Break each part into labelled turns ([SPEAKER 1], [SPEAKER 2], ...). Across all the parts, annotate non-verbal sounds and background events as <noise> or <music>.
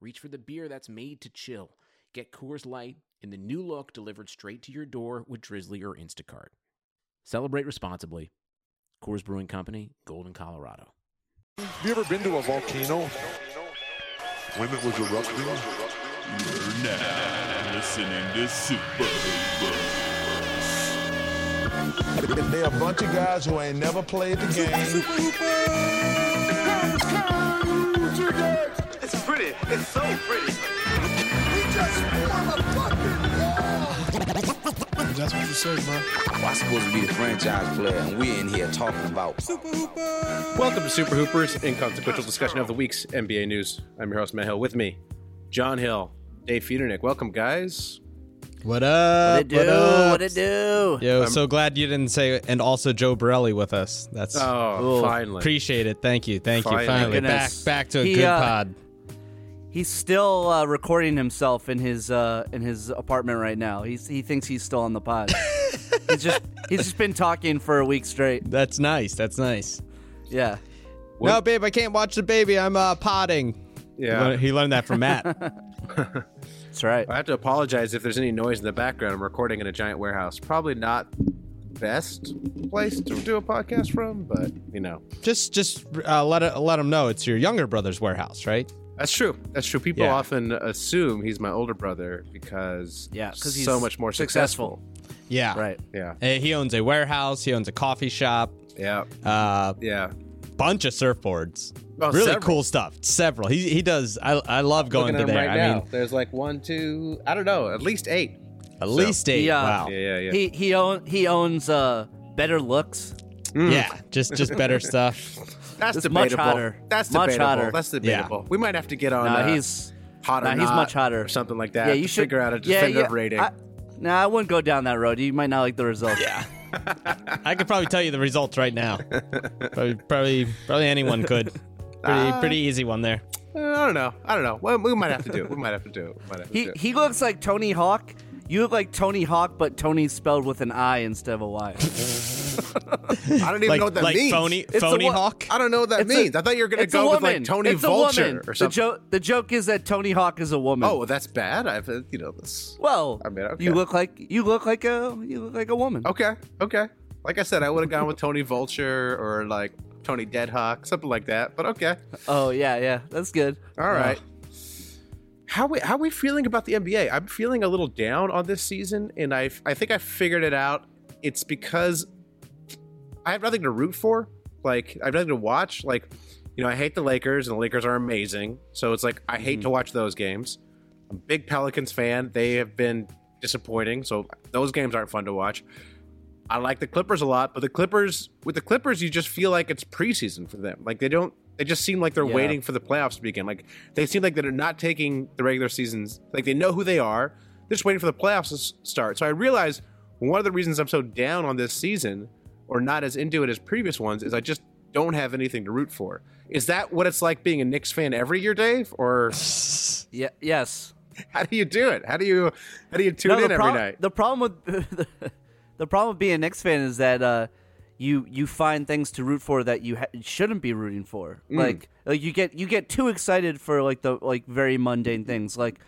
[SPEAKER 1] reach for the beer that's made to chill. Get Coors Light in the new look delivered straight to your door with Drizzly or Instacart. Celebrate responsibly. Coors Brewing Company, Golden, Colorado.
[SPEAKER 2] Have you ever been to a volcano?
[SPEAKER 3] When it was erupting?
[SPEAKER 4] You're now listening to Super
[SPEAKER 2] They're a bunch of guys who ain't never played the game.
[SPEAKER 5] It's pretty. It's so pretty.
[SPEAKER 6] I'm supposed to be the franchise player, and we're in here talking about
[SPEAKER 7] Welcome to Super Hoopers, inconsequential discussion of the week's NBA news. I'm your host, Matt Hill. With me, John Hill, Dave Feudernick. Welcome, guys.
[SPEAKER 8] What
[SPEAKER 9] What
[SPEAKER 8] up?
[SPEAKER 9] it do?
[SPEAKER 8] What up?
[SPEAKER 9] What it do?
[SPEAKER 8] Yo, so glad you didn't say, and also Joe Borelli with us. That's
[SPEAKER 7] Oh, finally.
[SPEAKER 8] appreciate it. Thank you, thank
[SPEAKER 7] Finally.
[SPEAKER 8] you. Finally,
[SPEAKER 9] Thank
[SPEAKER 8] back
[SPEAKER 9] goodness.
[SPEAKER 8] back to a
[SPEAKER 9] He,
[SPEAKER 8] good
[SPEAKER 9] uh,
[SPEAKER 8] pod.
[SPEAKER 9] He's still uh, recording himself in his uh, in his apartment right now. He's he thinks he's still on the
[SPEAKER 8] <laughs>
[SPEAKER 9] pod. he's just he's just been talking for a week straight.
[SPEAKER 8] That's nice. That's nice.
[SPEAKER 9] Yeah.
[SPEAKER 8] No, babe, I can't watch the baby. I'm uh, potting.
[SPEAKER 7] Yeah.
[SPEAKER 8] he learned that from Matt.
[SPEAKER 9] <laughs> That's right.
[SPEAKER 7] I have to apologize if there's any noise in the background. I'm recording in a giant warehouse. Probably not the best place to do a podcast from, but you know.
[SPEAKER 8] just just uh, let it, let him know it's your younger brother's warehouse, right?
[SPEAKER 7] That's true. That's true. People
[SPEAKER 8] Yeah.
[SPEAKER 7] often assume he's my older brother because
[SPEAKER 9] Yeah, 'cause he's
[SPEAKER 7] so much more
[SPEAKER 9] successful.
[SPEAKER 8] Yeah,
[SPEAKER 9] Right.
[SPEAKER 7] Yeah.
[SPEAKER 8] Uh, He owns a warehouse. He owns a coffee shop.
[SPEAKER 7] Yeah.
[SPEAKER 8] Uh,
[SPEAKER 7] Yeah.
[SPEAKER 8] bunch of surfboards.
[SPEAKER 7] Oh,
[SPEAKER 8] really
[SPEAKER 7] several.
[SPEAKER 8] cool stuff. Several. He he does. I I love going
[SPEAKER 7] Looking
[SPEAKER 8] to
[SPEAKER 7] at him
[SPEAKER 8] there.
[SPEAKER 7] right
[SPEAKER 8] I
[SPEAKER 7] now.
[SPEAKER 8] mean,
[SPEAKER 7] there's like one, two, I don't know, at least eight.
[SPEAKER 8] at least eight.
[SPEAKER 9] Yeah.
[SPEAKER 8] Wow.
[SPEAKER 7] Yeah, yeah, yeah.
[SPEAKER 9] He he own he owns uh, better looks.
[SPEAKER 8] Mm. Yeah, just just better stuff.
[SPEAKER 7] That's
[SPEAKER 9] It's much
[SPEAKER 7] debatable.
[SPEAKER 9] hotter.
[SPEAKER 7] That's
[SPEAKER 9] Much
[SPEAKER 7] debatable.
[SPEAKER 9] hotter.
[SPEAKER 7] That's debatable. We might have to get on.
[SPEAKER 9] Nah,
[SPEAKER 7] uh,
[SPEAKER 9] he's
[SPEAKER 7] hot or
[SPEAKER 9] nah, he's
[SPEAKER 7] not
[SPEAKER 9] much hotter.
[SPEAKER 7] or something like that.
[SPEAKER 9] yeah, you
[SPEAKER 7] to
[SPEAKER 9] should
[SPEAKER 7] figure out a
[SPEAKER 9] yeah,
[SPEAKER 7] definitive
[SPEAKER 9] yeah,
[SPEAKER 7] rating.
[SPEAKER 9] I, nah, I wouldn't go down that road. You might not like the results. Yeah.
[SPEAKER 8] I could probably tell you the results right now. Probably probably, probably anyone could.
[SPEAKER 7] Ah.
[SPEAKER 8] Pretty pretty easy one there.
[SPEAKER 7] Uh, I don't know. I don't know. Well, we might have to do it. We might have to do it. We might have to
[SPEAKER 9] He
[SPEAKER 7] do it.
[SPEAKER 9] he looks like Tony Hawk. You look like Tony Hawk, but Tony's spelled with an I instead of a <laughs> Y.
[SPEAKER 7] I don't even
[SPEAKER 8] Like
[SPEAKER 7] know what that
[SPEAKER 8] like
[SPEAKER 7] means.
[SPEAKER 8] phony
[SPEAKER 9] It's a
[SPEAKER 8] phony
[SPEAKER 9] wo-
[SPEAKER 8] hawk.
[SPEAKER 7] I don't know what that
[SPEAKER 9] It's a-
[SPEAKER 7] means. I thought you were going to
[SPEAKER 9] it's a
[SPEAKER 7] go with like
[SPEAKER 9] woman.
[SPEAKER 7] Tony
[SPEAKER 9] It's a
[SPEAKER 7] Vulture
[SPEAKER 9] woman.
[SPEAKER 7] or something.
[SPEAKER 9] The joke, the joke is that Tony Hawk is a woman.
[SPEAKER 7] oh, well, that's bad. I've uh, you know this.
[SPEAKER 9] well,
[SPEAKER 7] I mean, okay.
[SPEAKER 9] you look like you look like a you look like a woman.
[SPEAKER 7] Okay, okay. Like I said, I would have gone with Tony Vulture or like Tony Deadhawk, something like that. But okay,
[SPEAKER 9] Oh yeah, yeah, that's good.
[SPEAKER 7] all right. How we how we feeling about the NBA? I'm feeling a little down on this season, and I I think I figured it out. It's because I have nothing to root for. Like I have nothing to watch. Like you know, I hate the Lakers, and the Lakers are amazing. So it's like I hate to watch those games. I'm a big Pelicans fan. They have been disappointing, so those games aren't fun to watch. I like the Clippers a lot, but the Clippers with the Clippers, you just feel like it's preseason for them. Like they don't. They just seem like they're
[SPEAKER 9] Yeah.
[SPEAKER 7] waiting for the playoffs to begin. Like they seem like they're not taking the regular seasons. Like they know who they are. They're just waiting for the playoffs to s- start. So I realized one of the reasons I'm so down on this season, or not as into it as previous ones, is I just don't have anything to root for. Is that what it's like being a Knicks fan every year, Dave? Or
[SPEAKER 9] Yeah, yes.
[SPEAKER 7] how do you do it? How do you how do you tune in
[SPEAKER 9] the,
[SPEAKER 7] every
[SPEAKER 9] prob-
[SPEAKER 7] night?
[SPEAKER 9] the problem with <laughs> the problem with being a Knicks fan is that uh, you you find things to root for that you ha- shouldn't be rooting for.
[SPEAKER 8] Mm.
[SPEAKER 9] Like like you get you get too excited for like the like very mundane things. Like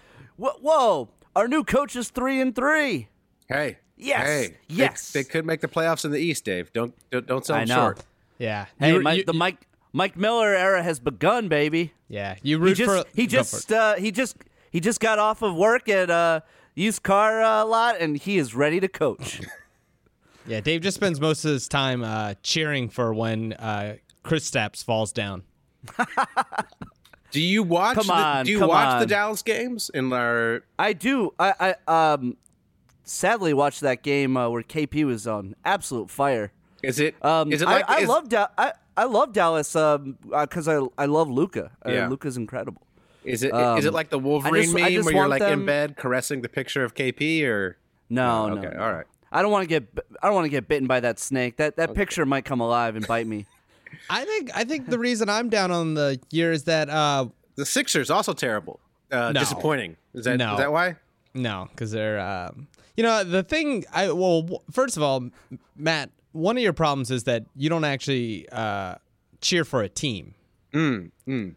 [SPEAKER 9] wh- whoa, our new coach is three and three.
[SPEAKER 7] Hey.
[SPEAKER 9] Yes.
[SPEAKER 7] Hey. They-
[SPEAKER 9] Yes.
[SPEAKER 7] They, could make the playoffs in the East, Dave. Don't don't, don't sell
[SPEAKER 9] I
[SPEAKER 7] them
[SPEAKER 9] know.
[SPEAKER 7] short.
[SPEAKER 8] Yeah.
[SPEAKER 9] Hey,
[SPEAKER 8] You-
[SPEAKER 9] Mike,
[SPEAKER 8] you-
[SPEAKER 9] the Mike Mike Miller era has begun, baby.
[SPEAKER 8] Yeah. You
[SPEAKER 9] He
[SPEAKER 8] root
[SPEAKER 9] just
[SPEAKER 8] for
[SPEAKER 9] he
[SPEAKER 8] go for it.
[SPEAKER 9] just uh, he just he just got off of work at uh, used car uh, lot, and he is ready to coach. <laughs>
[SPEAKER 8] Yeah, Dave just spends most of his time uh, cheering for when uh Chris Stapps falls down.
[SPEAKER 7] Do you watch
[SPEAKER 9] Come
[SPEAKER 7] the,
[SPEAKER 9] on,
[SPEAKER 7] do you
[SPEAKER 9] come
[SPEAKER 7] watch the
[SPEAKER 9] on.
[SPEAKER 7] Dallas games uh, in our
[SPEAKER 9] I do. I, I um, sadly watched that game uh, where KP was on absolute fire.
[SPEAKER 7] is it
[SPEAKER 9] Um,
[SPEAKER 7] is it like
[SPEAKER 9] I, I
[SPEAKER 7] is-
[SPEAKER 9] love da- I, I love Dallas because um, uh 'cause I I love Luca. Uh,
[SPEAKER 7] Yeah.
[SPEAKER 9] Luca's incredible.
[SPEAKER 7] Is it is it like the Wolverine
[SPEAKER 9] just- um, I
[SPEAKER 7] meme
[SPEAKER 9] just
[SPEAKER 7] where you're
[SPEAKER 9] want
[SPEAKER 7] like in
[SPEAKER 9] them- Oh,
[SPEAKER 7] bed caressing the picture of KP or?
[SPEAKER 9] No,
[SPEAKER 7] Oh, okay,
[SPEAKER 9] no. no.
[SPEAKER 7] all right.
[SPEAKER 9] I don't want to get b- I don't want to get bitten by that snake. That that picture might come alive and bite
[SPEAKER 7] <laughs>
[SPEAKER 9] me.
[SPEAKER 8] I think I think the reason I'm down on the year is that uh
[SPEAKER 7] The Sixers also terrible. Uh,
[SPEAKER 8] No.
[SPEAKER 7] Disappointing. Is that
[SPEAKER 8] No.
[SPEAKER 7] is that why?
[SPEAKER 8] no, because they're um, you know the thing. I well, w- first of all, M- Matt, one of your problems is that you don't actually uh cheer for a team. So
[SPEAKER 7] Mm,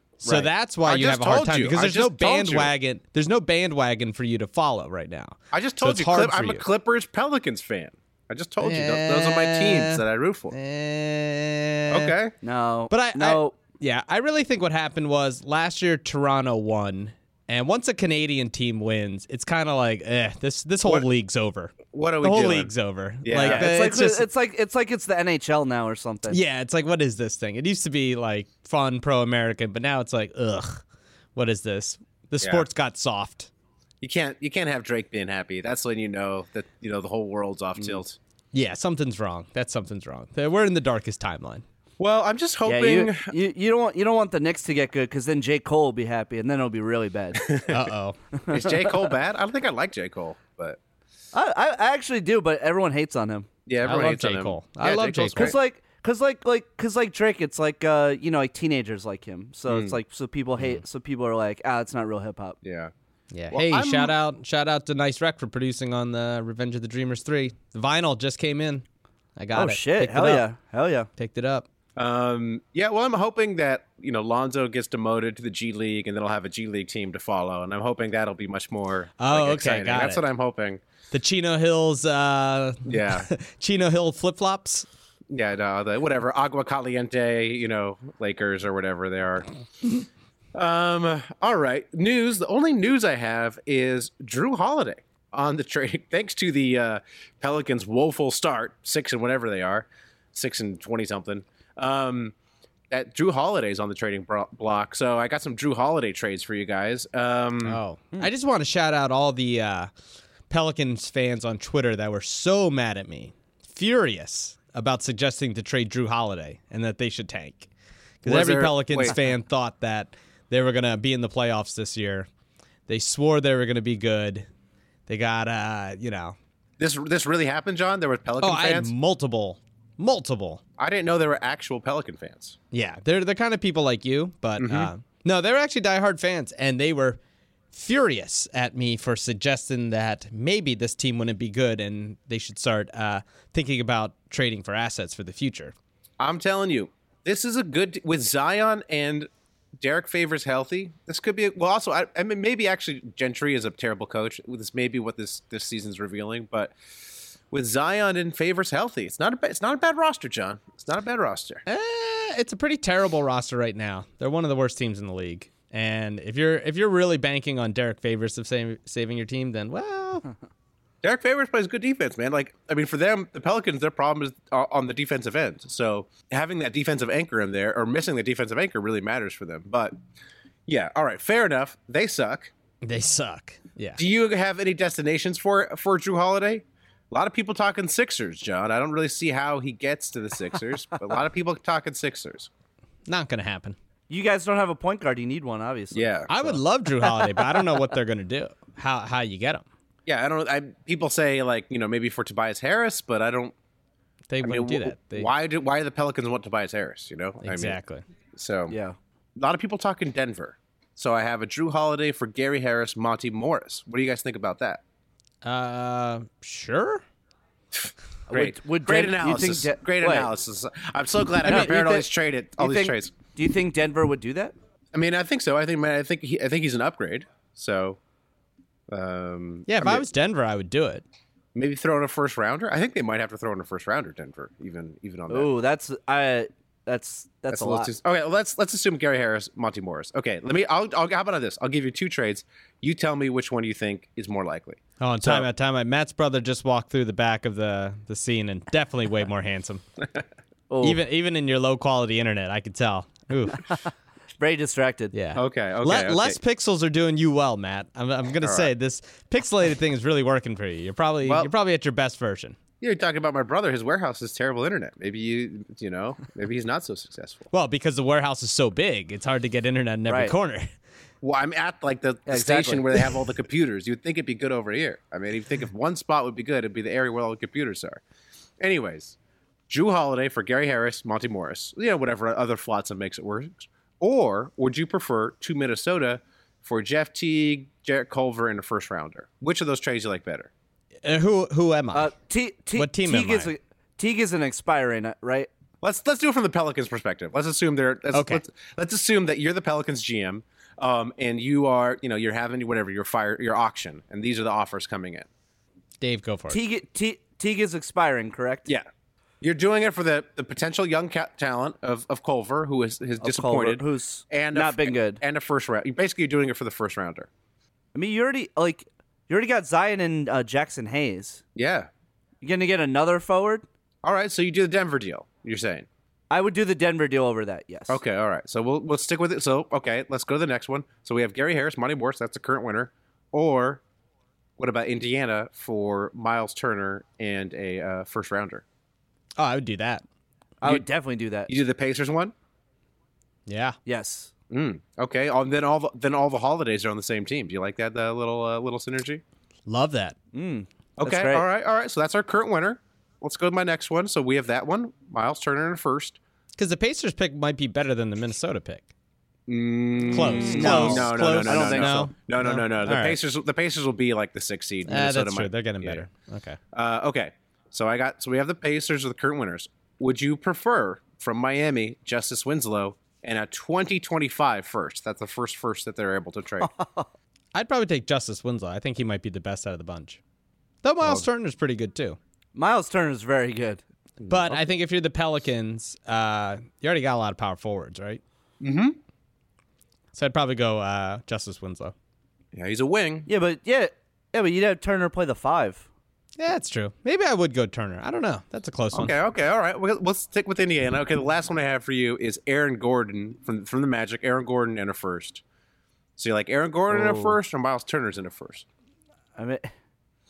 [SPEAKER 7] right.
[SPEAKER 8] that's why
[SPEAKER 7] I
[SPEAKER 8] you
[SPEAKER 7] just
[SPEAKER 8] have a hard
[SPEAKER 7] told
[SPEAKER 8] time
[SPEAKER 7] you.
[SPEAKER 8] because
[SPEAKER 7] I
[SPEAKER 8] there's no
[SPEAKER 7] just told you.
[SPEAKER 8] bandwagon. There's no bandwagon for you to follow right now.
[SPEAKER 7] I just
[SPEAKER 8] So
[SPEAKER 7] told
[SPEAKER 8] it's
[SPEAKER 7] you,
[SPEAKER 8] hard
[SPEAKER 7] Clip,
[SPEAKER 8] for
[SPEAKER 7] I'm a
[SPEAKER 8] you.
[SPEAKER 7] Clippers Pelicans fan. I just told you tho- those are my
[SPEAKER 9] Eh.
[SPEAKER 7] teams that I root for.
[SPEAKER 8] Eh.
[SPEAKER 7] Okay.
[SPEAKER 9] No,
[SPEAKER 8] But I
[SPEAKER 9] no.
[SPEAKER 8] I- yeah, I really think what happened was last year Toronto won, and once a Canadian team wins, it's kind of like, eh, this this whole league's over.
[SPEAKER 7] What are we
[SPEAKER 8] The whole
[SPEAKER 7] doing?
[SPEAKER 8] league's over.
[SPEAKER 7] Yeah.
[SPEAKER 8] Like,
[SPEAKER 7] Yeah,
[SPEAKER 8] the-
[SPEAKER 9] it's like
[SPEAKER 8] it's
[SPEAKER 9] the-
[SPEAKER 8] just
[SPEAKER 9] it's like it's like it's the NHL now or something.
[SPEAKER 8] yeah, it's like what is this thing? It used to be like fun pro American, but now it's like, ugh, what is this? The sports got soft.
[SPEAKER 7] You can't you can't have Drake being happy. That's when you know that you know the whole world's off
[SPEAKER 8] Mm.
[SPEAKER 7] tilt.
[SPEAKER 8] Yeah, something's wrong. That's something's wrong. We're in the darkest timeline.
[SPEAKER 7] Well, I'm just
[SPEAKER 9] Yeah,
[SPEAKER 7] hoping.
[SPEAKER 9] you, you you don't want you don't want the Knicks to get good because then J Cole will be happy and then it'll be really
[SPEAKER 7] <laughs>
[SPEAKER 9] bad.
[SPEAKER 8] Uh oh.
[SPEAKER 7] is J Cole bad? I don't think I like J Cole, but
[SPEAKER 9] I, I I actually do, but everyone hates on him.
[SPEAKER 7] yeah,
[SPEAKER 8] I
[SPEAKER 7] everyone
[SPEAKER 8] love
[SPEAKER 7] hates on
[SPEAKER 8] J.
[SPEAKER 7] him.
[SPEAKER 8] Cole.
[SPEAKER 7] Yeah,
[SPEAKER 8] I love J.
[SPEAKER 7] Cole's
[SPEAKER 8] Cole.
[SPEAKER 7] great.
[SPEAKER 9] Cause like, cause like, like, cause like Drake, it's like, uh, you know, like teenagers like him. So it's like, so people hate, so people are like, ah, it's not real hip hop.
[SPEAKER 7] yeah.
[SPEAKER 8] Yeah.
[SPEAKER 7] Well,
[SPEAKER 8] hey,
[SPEAKER 7] I'm-
[SPEAKER 8] shout out shout out to Nice Rec for producing on the Revenge of the Dreamers 3. The vinyl just came in. I got
[SPEAKER 9] Oh
[SPEAKER 8] it.
[SPEAKER 9] shit!
[SPEAKER 8] Picked it
[SPEAKER 9] Hell
[SPEAKER 8] up.
[SPEAKER 9] yeah! Hell yeah!
[SPEAKER 8] Picked it up.
[SPEAKER 7] Um, yeah, well, I'm hoping that you know Lonzo gets demoted to the G League, and then I'll have a G League team to follow, and I'm hoping that'll be much more.
[SPEAKER 8] Oh,
[SPEAKER 7] like,
[SPEAKER 8] okay,
[SPEAKER 7] exciting.
[SPEAKER 8] got
[SPEAKER 7] That's
[SPEAKER 8] it.
[SPEAKER 7] what I'm hoping.
[SPEAKER 8] The Chino Hills uh
[SPEAKER 7] Yeah.
[SPEAKER 8] <laughs> Chino Hill flip-flops.
[SPEAKER 7] Yeah, no, the, whatever Agua Caliente, you know, Lakers or whatever they are. um, all right, news. The only news I have is Drew Holiday on the trade. <laughs> Thanks to the uh, Pelicans' woeful start, six and whatever they are, six and twenty something. Um, that Drew Holiday's on the trading bro- block, so I got some Drew Holiday trades for you guys. Um,
[SPEAKER 8] Oh. I just want to shout out all the uh Pelicans fans on Twitter that were so mad at me. Furious about suggesting to trade Drew Holiday and that they should tank. Because
[SPEAKER 7] Was
[SPEAKER 8] every
[SPEAKER 7] there-
[SPEAKER 8] Pelicans
[SPEAKER 7] wait.
[SPEAKER 8] fan thought that they were gonna be in the playoffs this year. They swore they were gonna be good. They got uh, you know,
[SPEAKER 7] This this really happened, John. There were Pelican
[SPEAKER 8] Oh, I had
[SPEAKER 7] fans.
[SPEAKER 8] multiple, multiple.
[SPEAKER 7] I didn't know there were actual Pelican fans.
[SPEAKER 8] Yeah, they're the kind of people like you, but
[SPEAKER 7] Mm-hmm.
[SPEAKER 8] uh, no, they were actually diehard fans, and they were furious at me for suggesting that maybe this team wouldn't be good, and they should start uh, thinking about trading for assets for the future.
[SPEAKER 7] I'm telling you, this is a good with Zion and Derek Favors healthy. This could be a, well. Also, I, I mean, maybe actually Gentry is a terrible coach. This may be what this this season's revealing, but with Zion and Favors healthy, it's not a ba- it's not a bad roster, John. It's not a bad roster.
[SPEAKER 8] Eh, it's a pretty terrible roster right now. They're one of the worst teams in the league, and if you're if you're really banking on Derek Favors of saving saving your team, then well,
[SPEAKER 7] <laughs> Derek Favors plays good defense, man. Like I mean, for them, the Pelicans, their problem is uh, on the defensive end. So having that defensive anchor in there or missing the defensive anchor really matters for them. But yeah, all right, fair enough. They suck.
[SPEAKER 8] they suck. Yeah.
[SPEAKER 7] Do you have any destinations for for Drew Holiday? A lot of people talking Sixers, John. I don't really see how he gets to the Sixers, but a lot of people talking Sixers.
[SPEAKER 8] Not gonna happen.
[SPEAKER 9] You guys don't have a point guard. You need one, obviously.
[SPEAKER 7] Yeah,
[SPEAKER 8] I would love Drew Holiday, but I don't know what
[SPEAKER 7] <laughs>
[SPEAKER 8] they're gonna do. How how you get him?
[SPEAKER 7] yeah. I don't. I people say like you know maybe for Tobias Harris, but I don't.
[SPEAKER 8] They
[SPEAKER 7] I mean,
[SPEAKER 8] wouldn't do
[SPEAKER 7] wh-
[SPEAKER 8] that. They,
[SPEAKER 7] why do why do the Pelicans want Tobias Harris? You know I mean,
[SPEAKER 8] Exactly.
[SPEAKER 7] so
[SPEAKER 9] Yeah.
[SPEAKER 7] a lot of people talking Denver. So I have a Drew Holiday for Gary Harris, Monty Morris. What do you guys think about that?
[SPEAKER 8] uh, sure.
[SPEAKER 7] Great,
[SPEAKER 9] Would- would
[SPEAKER 7] great
[SPEAKER 9] Den- you think
[SPEAKER 7] analysis.
[SPEAKER 9] De-
[SPEAKER 7] great
[SPEAKER 9] wait.
[SPEAKER 7] analysis. I'm so glad I,
[SPEAKER 9] mean,
[SPEAKER 7] prepared
[SPEAKER 9] you
[SPEAKER 7] all
[SPEAKER 9] thi-
[SPEAKER 7] these trade
[SPEAKER 9] Do
[SPEAKER 7] all
[SPEAKER 9] you
[SPEAKER 7] these
[SPEAKER 9] think-
[SPEAKER 7] trades.
[SPEAKER 9] Do you think Denver would do that?
[SPEAKER 7] I mean, I think so. I think man, I think he, I think he's an upgrade. So, um,
[SPEAKER 8] Yeah, if I,
[SPEAKER 7] mean,
[SPEAKER 8] was Denver, I would do it.
[SPEAKER 7] maybe throw in a first rounder. I think they might have to throw in a first rounder, Denver, even even on that.
[SPEAKER 9] Oh, that's I. That's that's,
[SPEAKER 7] That's
[SPEAKER 9] a
[SPEAKER 7] little
[SPEAKER 9] lot.
[SPEAKER 7] too- okay, let's let's assume Gary Harris, Monty Morris. Okay, let me. I'll, I'll how about this? I'll give you two trades. You tell me which one you think is more likely.
[SPEAKER 8] Oh, and time out, time out. Matt's brother just walked through the back of the, the scene and definitely way
[SPEAKER 7] <laughs>
[SPEAKER 8] more handsome.
[SPEAKER 9] Oh,
[SPEAKER 8] Even even in your low quality internet, I could tell. Ooh,
[SPEAKER 9] very distracted.
[SPEAKER 8] <laughs> yeah.
[SPEAKER 7] Okay, okay,
[SPEAKER 8] Le-
[SPEAKER 7] okay.
[SPEAKER 8] Less pixels are doing you well, Matt. I'm, I'm gonna say this pixelated thing is really working for you. You're probably
[SPEAKER 7] Well-
[SPEAKER 8] you're probably at your best version.
[SPEAKER 7] You're talking about my brother. His warehouse is terrible internet. Maybe you you know maybe he's not so successful.
[SPEAKER 8] Well, because the warehouse is so big, it's hard to get internet in every
[SPEAKER 9] Right.
[SPEAKER 8] corner. <laughs>
[SPEAKER 7] well, I'm at like the, the
[SPEAKER 9] exactly.
[SPEAKER 7] station where they have all the computers. You'd think it'd be good over here. I mean, you'd think if one spot would be good, it'd be the area where all the computers are. Anyways, Drew Holiday for Gary Harris, Monty Morris. You know, whatever other flotsam makes it work. Or would you prefer to Minnesota for Jeff Teague, Jarrett Culver, and a first rounder? Which of those trades you like better?
[SPEAKER 8] Uh, who who am I?
[SPEAKER 9] Uh, T, T,
[SPEAKER 8] What team
[SPEAKER 9] Teague
[SPEAKER 8] am
[SPEAKER 9] is
[SPEAKER 8] I?
[SPEAKER 9] a- Teague is an expiring, right?
[SPEAKER 7] Let's let's do it from the Pelicans' perspective. Let's assume they're let's,
[SPEAKER 8] Okay.
[SPEAKER 7] let's, let's assume that you're the Pelicans GM, um, and you are you know you're having whatever your fire your auction, and these are the offers coming in.
[SPEAKER 8] Dave, go for it.
[SPEAKER 9] Teague, Te- Teague is expiring, correct?
[SPEAKER 7] Yeah, you're doing it for the the potential young ca- talent of of Culver, who is has disappointed,
[SPEAKER 9] Culver, who's
[SPEAKER 7] and
[SPEAKER 9] not
[SPEAKER 7] a,
[SPEAKER 9] been good.
[SPEAKER 7] and a first round. You're basically doing it for the first rounder.
[SPEAKER 9] I mean, you already like you already got Zion and uh, Jackson Hayes.
[SPEAKER 7] Yeah.
[SPEAKER 9] You're gonna get another forward.
[SPEAKER 7] All right. So you do the Denver deal. You're saying.
[SPEAKER 9] I would do the Denver deal over that. Yes.
[SPEAKER 7] Okay, all right. So we'll we'll stick with it. So okay, let's go to the next one. So we have Gary Harris, Monty Morris. That's the current winner. Or what about Indiana for Miles Turner and a uh, first rounder?
[SPEAKER 8] Oh, I would do that.
[SPEAKER 9] I would definitely do that.
[SPEAKER 7] You do the Pacers one.
[SPEAKER 8] Yeah.
[SPEAKER 9] yes.
[SPEAKER 7] Mm, okay. Oh, and then all the, then all the holidays are on the same team. Do you like that uh, little uh, little synergy?
[SPEAKER 8] Love that.
[SPEAKER 7] Okay.
[SPEAKER 9] great.
[SPEAKER 7] All right. All right. So that's our current winner. Let's go to my next one. So we have that one, Miles Turner in first.
[SPEAKER 8] Because the Pacers pick might be better than the Minnesota pick. close.
[SPEAKER 7] Mm, No,
[SPEAKER 8] close,
[SPEAKER 7] no, no,
[SPEAKER 8] close.
[SPEAKER 7] no, no, no, no,
[SPEAKER 8] Ah,
[SPEAKER 7] no, no, no, no. The
[SPEAKER 8] All right.
[SPEAKER 7] Pacers, the Pacers will be like the sixth seed.
[SPEAKER 8] Ah,
[SPEAKER 7] Minnesota
[SPEAKER 8] that's
[SPEAKER 7] might-
[SPEAKER 8] true. They're getting
[SPEAKER 7] yeah.
[SPEAKER 8] better. Okay.
[SPEAKER 7] Uh, okay, so I got so we have the Pacers are the current winners. Would you prefer from Miami Justice Winslow and a 2025 first? That's the first first that they're able to
[SPEAKER 8] <laughs>
[SPEAKER 7] trade.
[SPEAKER 8] I'd probably take Justice Winslow. I think he might be the best out of the bunch. Though Miles Turner's pretty good too.
[SPEAKER 9] Miles Turner is very good.
[SPEAKER 7] mm,
[SPEAKER 8] But I think if you're the Pelicans, uh, you already got a lot of power forwards, right? Mm-hmm. So I'd probably go uh, Justice Winslow.
[SPEAKER 7] yeah, he's a wing.
[SPEAKER 9] Yeah, but yeah, yeah, but you'd have Turner play the five.
[SPEAKER 8] Yeah, that's true. Maybe I would go Turner. I don't know. That's a close
[SPEAKER 7] Okay,
[SPEAKER 8] one.
[SPEAKER 7] okay, all right. Well, let's stick with Indiana. Okay, the last one I have for you is Aaron Gordon from from the Magic. Aaron Gordon and a first. So you like Aaron Gordon
[SPEAKER 8] Oh.
[SPEAKER 7] in a first or Miles Turner's in a first?
[SPEAKER 9] I mean, <laughs>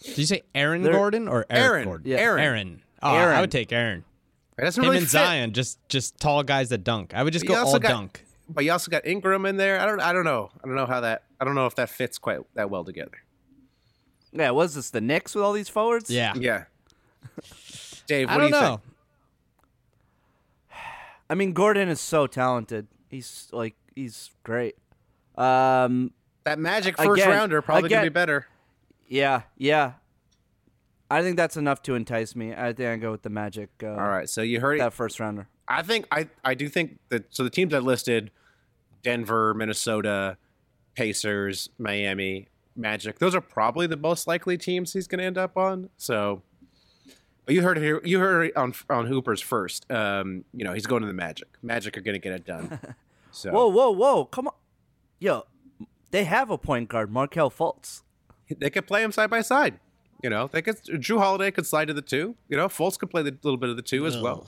[SPEAKER 8] Did you say Aaron
[SPEAKER 9] They're-
[SPEAKER 8] Gordon or Eric
[SPEAKER 7] Aaron.
[SPEAKER 8] Gordon?
[SPEAKER 7] Yeah. Aaron.
[SPEAKER 8] Aaron. Oh, I
[SPEAKER 9] Aaron.
[SPEAKER 8] would take Aaron.
[SPEAKER 7] It doesn't
[SPEAKER 8] Him
[SPEAKER 7] really
[SPEAKER 8] and
[SPEAKER 7] fit.
[SPEAKER 8] Zion, just just tall guys that dunk. I would just
[SPEAKER 7] But
[SPEAKER 8] go
[SPEAKER 7] you also
[SPEAKER 8] all
[SPEAKER 7] got-
[SPEAKER 8] dunk.
[SPEAKER 7] but you also got Ingram in there. I don't I don't know. I don't know how that I don't know if that fits quite that well together.
[SPEAKER 9] yeah, was this the Knicks with all these forwards?
[SPEAKER 8] Yeah.
[SPEAKER 7] Yeah. Dave, what
[SPEAKER 8] I don't
[SPEAKER 7] do you
[SPEAKER 8] know.
[SPEAKER 7] think?
[SPEAKER 9] I mean, Gordon is so talented. He's like, he's great. Um,
[SPEAKER 7] That magic first
[SPEAKER 9] Again,
[SPEAKER 7] rounder probably could
[SPEAKER 9] again-
[SPEAKER 7] be better.
[SPEAKER 9] yeah, yeah. I think that's enough to entice me. I think I go with the Magic. Uh,
[SPEAKER 7] All right, so you heard it.
[SPEAKER 9] that first rounder.
[SPEAKER 7] I think I I do think that so the teams I listed Denver, Minnesota, Pacers, Miami, Magic. Those are probably the most likely teams he's going to end up on. So but you heard it here you heard it on on Hooper's first. Um, you know, he's going to the Magic. Magic are going to get it done. So
[SPEAKER 9] Whoa, whoa, whoa! Come on, yo, they have a point guard, Markel Fultz.
[SPEAKER 7] they could play them side by side. You know, they could Drew Holiday could slide to the two. You know, Fultz could play the little bit of the two as well.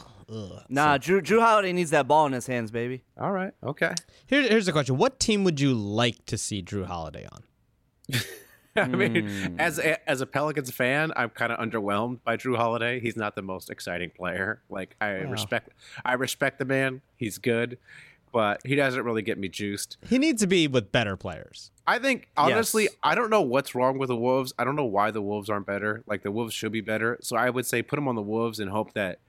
[SPEAKER 9] Nah, Drew Drew Holiday needs that ball in his hands, baby.
[SPEAKER 7] All right, okay.
[SPEAKER 8] Here, here's the question: What team would you like to see Drew Holiday on?
[SPEAKER 7] <laughs> I mean, as a, as a Pelicans fan, I'm kind of underwhelmed by Drew Holiday. He's not the most exciting player. Like I respect, I respect the man. He's good, but he doesn't really get me juiced.
[SPEAKER 8] He needs to be with better players.
[SPEAKER 7] I think honestly,
[SPEAKER 9] Yes.
[SPEAKER 7] I don't know what's wrong with the Wolves. I don't know why the Wolves aren't better. Like the Wolves should be better. So I would say put him on the Wolves and hope that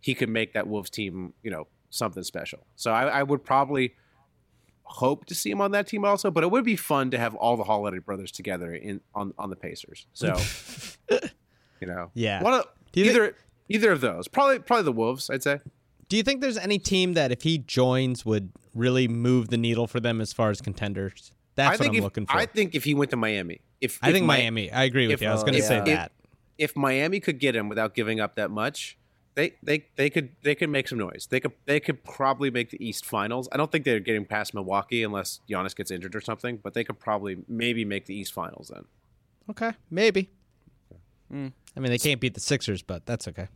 [SPEAKER 7] he can make that Wolves team, you know, something special. So I, I would probably hope to see him on that team also. But it would be fun to have all the Holiday brothers together in on on the Pacers.
[SPEAKER 8] <laughs>
[SPEAKER 7] So you know,
[SPEAKER 8] Yeah.
[SPEAKER 7] one of,
[SPEAKER 8] Do you thi-
[SPEAKER 7] either either of those. Probably probably the Wolves. I'd say.
[SPEAKER 8] Do you think there's any team that if he joins would really move the needle for them as far as contenders? That's
[SPEAKER 7] I think
[SPEAKER 8] what I'm
[SPEAKER 7] if,
[SPEAKER 8] looking for.
[SPEAKER 7] I think if he went to Miami, if
[SPEAKER 8] I
[SPEAKER 7] if
[SPEAKER 8] think
[SPEAKER 7] Mi-
[SPEAKER 8] Miami. I agree with
[SPEAKER 7] if-
[SPEAKER 8] you. I was going to
[SPEAKER 7] if-
[SPEAKER 8] say
[SPEAKER 7] if-
[SPEAKER 8] that.
[SPEAKER 7] if Miami could get him without giving up that much, they they they could they could make some noise. They could they could probably make the East Finals. I don't think they're getting past Milwaukee unless Giannis gets injured or something, but they could probably maybe make the East Finals then.
[SPEAKER 8] Okay, maybe. I mean, they can't beat the Sixers, but that's okay.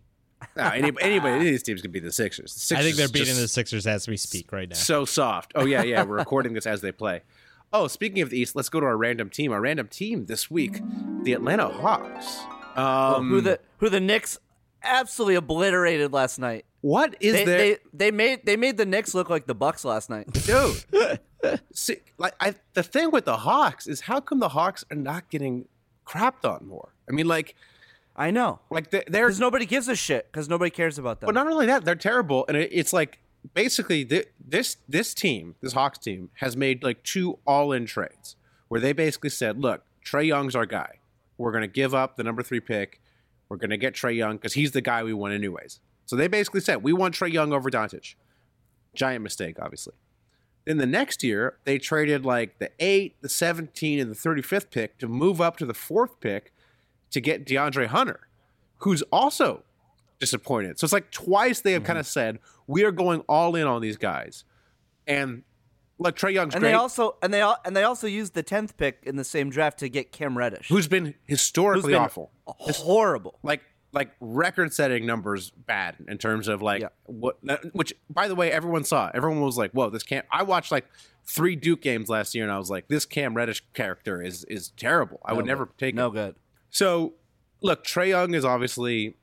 [SPEAKER 7] No,
[SPEAKER 8] <laughs>
[SPEAKER 7] any, anybody, any of these teams could beat the Sixers. The
[SPEAKER 8] I
[SPEAKER 7] Sixers
[SPEAKER 8] think they're beating
[SPEAKER 7] just
[SPEAKER 8] the Sixers as we speak right now.
[SPEAKER 7] so soft. Oh yeah, yeah. We're recording this as they play. Oh, speaking of the East, let's go to our random team. Our random team this week, the Atlanta Hawks. Um,
[SPEAKER 8] Oh.
[SPEAKER 9] who the who the Knicks absolutely obliterated last night.
[SPEAKER 7] What is
[SPEAKER 9] They,
[SPEAKER 7] there?
[SPEAKER 9] they they made they made the Knicks look like the Bucks last
[SPEAKER 7] <laughs>
[SPEAKER 9] night.
[SPEAKER 7] dude. See, like I, the thing with the Hawks is how come the Hawks are not getting crapped on more? I mean, like,
[SPEAKER 9] I know.
[SPEAKER 7] like they- they're
[SPEAKER 9] Because nobody gives a shit. Because nobody cares about them.
[SPEAKER 7] But not only that, they're terrible, and it, it's like basically thi- this this team, this Hawks team, has made like two all-in trades where they basically said, "Look, Trey Young's our guy. We're gonna give up the number three pick. We're gonna get Trey Young because he's the guy we want anyways." So they basically said, "We want Trey Young over Doncic." Giant mistake, obviously. Then the next year, they traded like the eight, the seventeen, and the thirty-fifth pick to move up to the fourth pick to get DeAndre Hunter, who's also disappointed. So it's like twice they have
[SPEAKER 9] Mm-hmm.
[SPEAKER 7] kind of said, we are going all in on these guys. And look, Trey Young's
[SPEAKER 9] and
[SPEAKER 7] great,
[SPEAKER 9] they also and they all and they also used the tenth pick in the same draft to get Cam Reddish,
[SPEAKER 7] who's been historically
[SPEAKER 9] who's been
[SPEAKER 7] awful.
[SPEAKER 9] horrible.
[SPEAKER 7] Like like record setting numbers bad in terms of like
[SPEAKER 9] Yeah.
[SPEAKER 7] what which by the way, everyone saw. Everyone was like, Whoa, this Cam I watched like three Duke games last year and I was like, this Cam Reddish character is is terrible. I would never take him.
[SPEAKER 9] No good.
[SPEAKER 7] So, look, Trey Young is obviously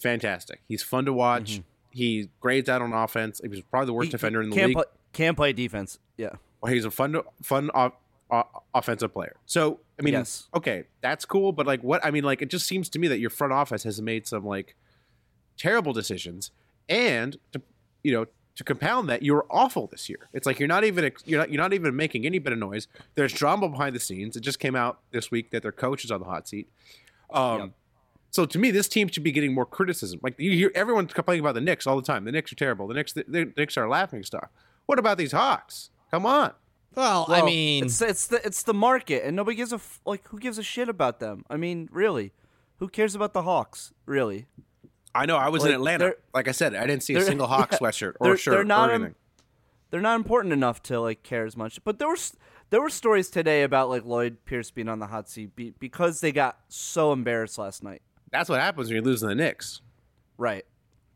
[SPEAKER 7] fantastic. He's fun to watch. He grades out on offense. He was probably the worst
[SPEAKER 9] Mm-hmm. He-
[SPEAKER 7] defender in the
[SPEAKER 9] can't
[SPEAKER 7] league.
[SPEAKER 9] Play, can't play defense. Yeah.
[SPEAKER 7] Well, he's a fun, to, fun off, o- offensive player. So, I mean,
[SPEAKER 9] Yes.
[SPEAKER 7] okay, that's cool. But like, what? I mean, like, it just seems to me that your front office has made some like terrible decisions, and to, you know, to compound that, you were awful this year. It's like you're not even ex- you're not you're not even making any bit of noise. There's drama behind the scenes. It just came out this week that their coach is on the hot seat. Um, So to me, this team should be getting more criticism. Like you hear everyone complaining about the Knicks all the time. The Knicks are terrible. The Knicks, the, the Knicks are a laughing stock. What about these Hawks? Come on.
[SPEAKER 8] Well, I
[SPEAKER 9] Well,
[SPEAKER 8] mean,
[SPEAKER 9] it's, it's the it's the market, and nobody gives a f- like who gives a shit about them. I mean, really, who cares about the Hawks? Really,
[SPEAKER 7] I know. I was in
[SPEAKER 9] Like,
[SPEAKER 7] Atlanta.
[SPEAKER 9] they're-
[SPEAKER 7] Like I said, I didn't see a
[SPEAKER 9] they're-
[SPEAKER 7] single Hawks
[SPEAKER 9] <laughs> yeah,
[SPEAKER 7] sweatshirt or
[SPEAKER 9] they're-
[SPEAKER 7] shirt
[SPEAKER 9] they're not
[SPEAKER 7] or
[SPEAKER 9] in-
[SPEAKER 7] anything.
[SPEAKER 9] they're not important enough to like care as much. But there were s- there were stories today about like Lloyd Pierce being on the hot seat be- because they got so embarrassed last night.
[SPEAKER 7] That's what happens when you're losing the Knicks.
[SPEAKER 9] Right.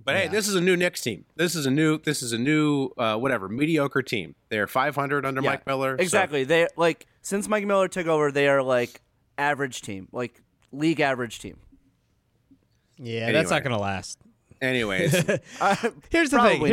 [SPEAKER 7] But hey, this is a new Knicks team. This is a new. This is a new uh, whatever mediocre team. They're 500 under
[SPEAKER 9] Yeah,
[SPEAKER 7] Mike Miller. so-
[SPEAKER 9] Exactly. They like since Mike Miller took over, they are like average team, like league average team.
[SPEAKER 8] yeah, that's not
[SPEAKER 7] anyway.
[SPEAKER 8] going to last.
[SPEAKER 9] <laughs>
[SPEAKER 7] Anyways,
[SPEAKER 8] Here's the thing.
[SPEAKER 9] Probably
[SPEAKER 8] Here's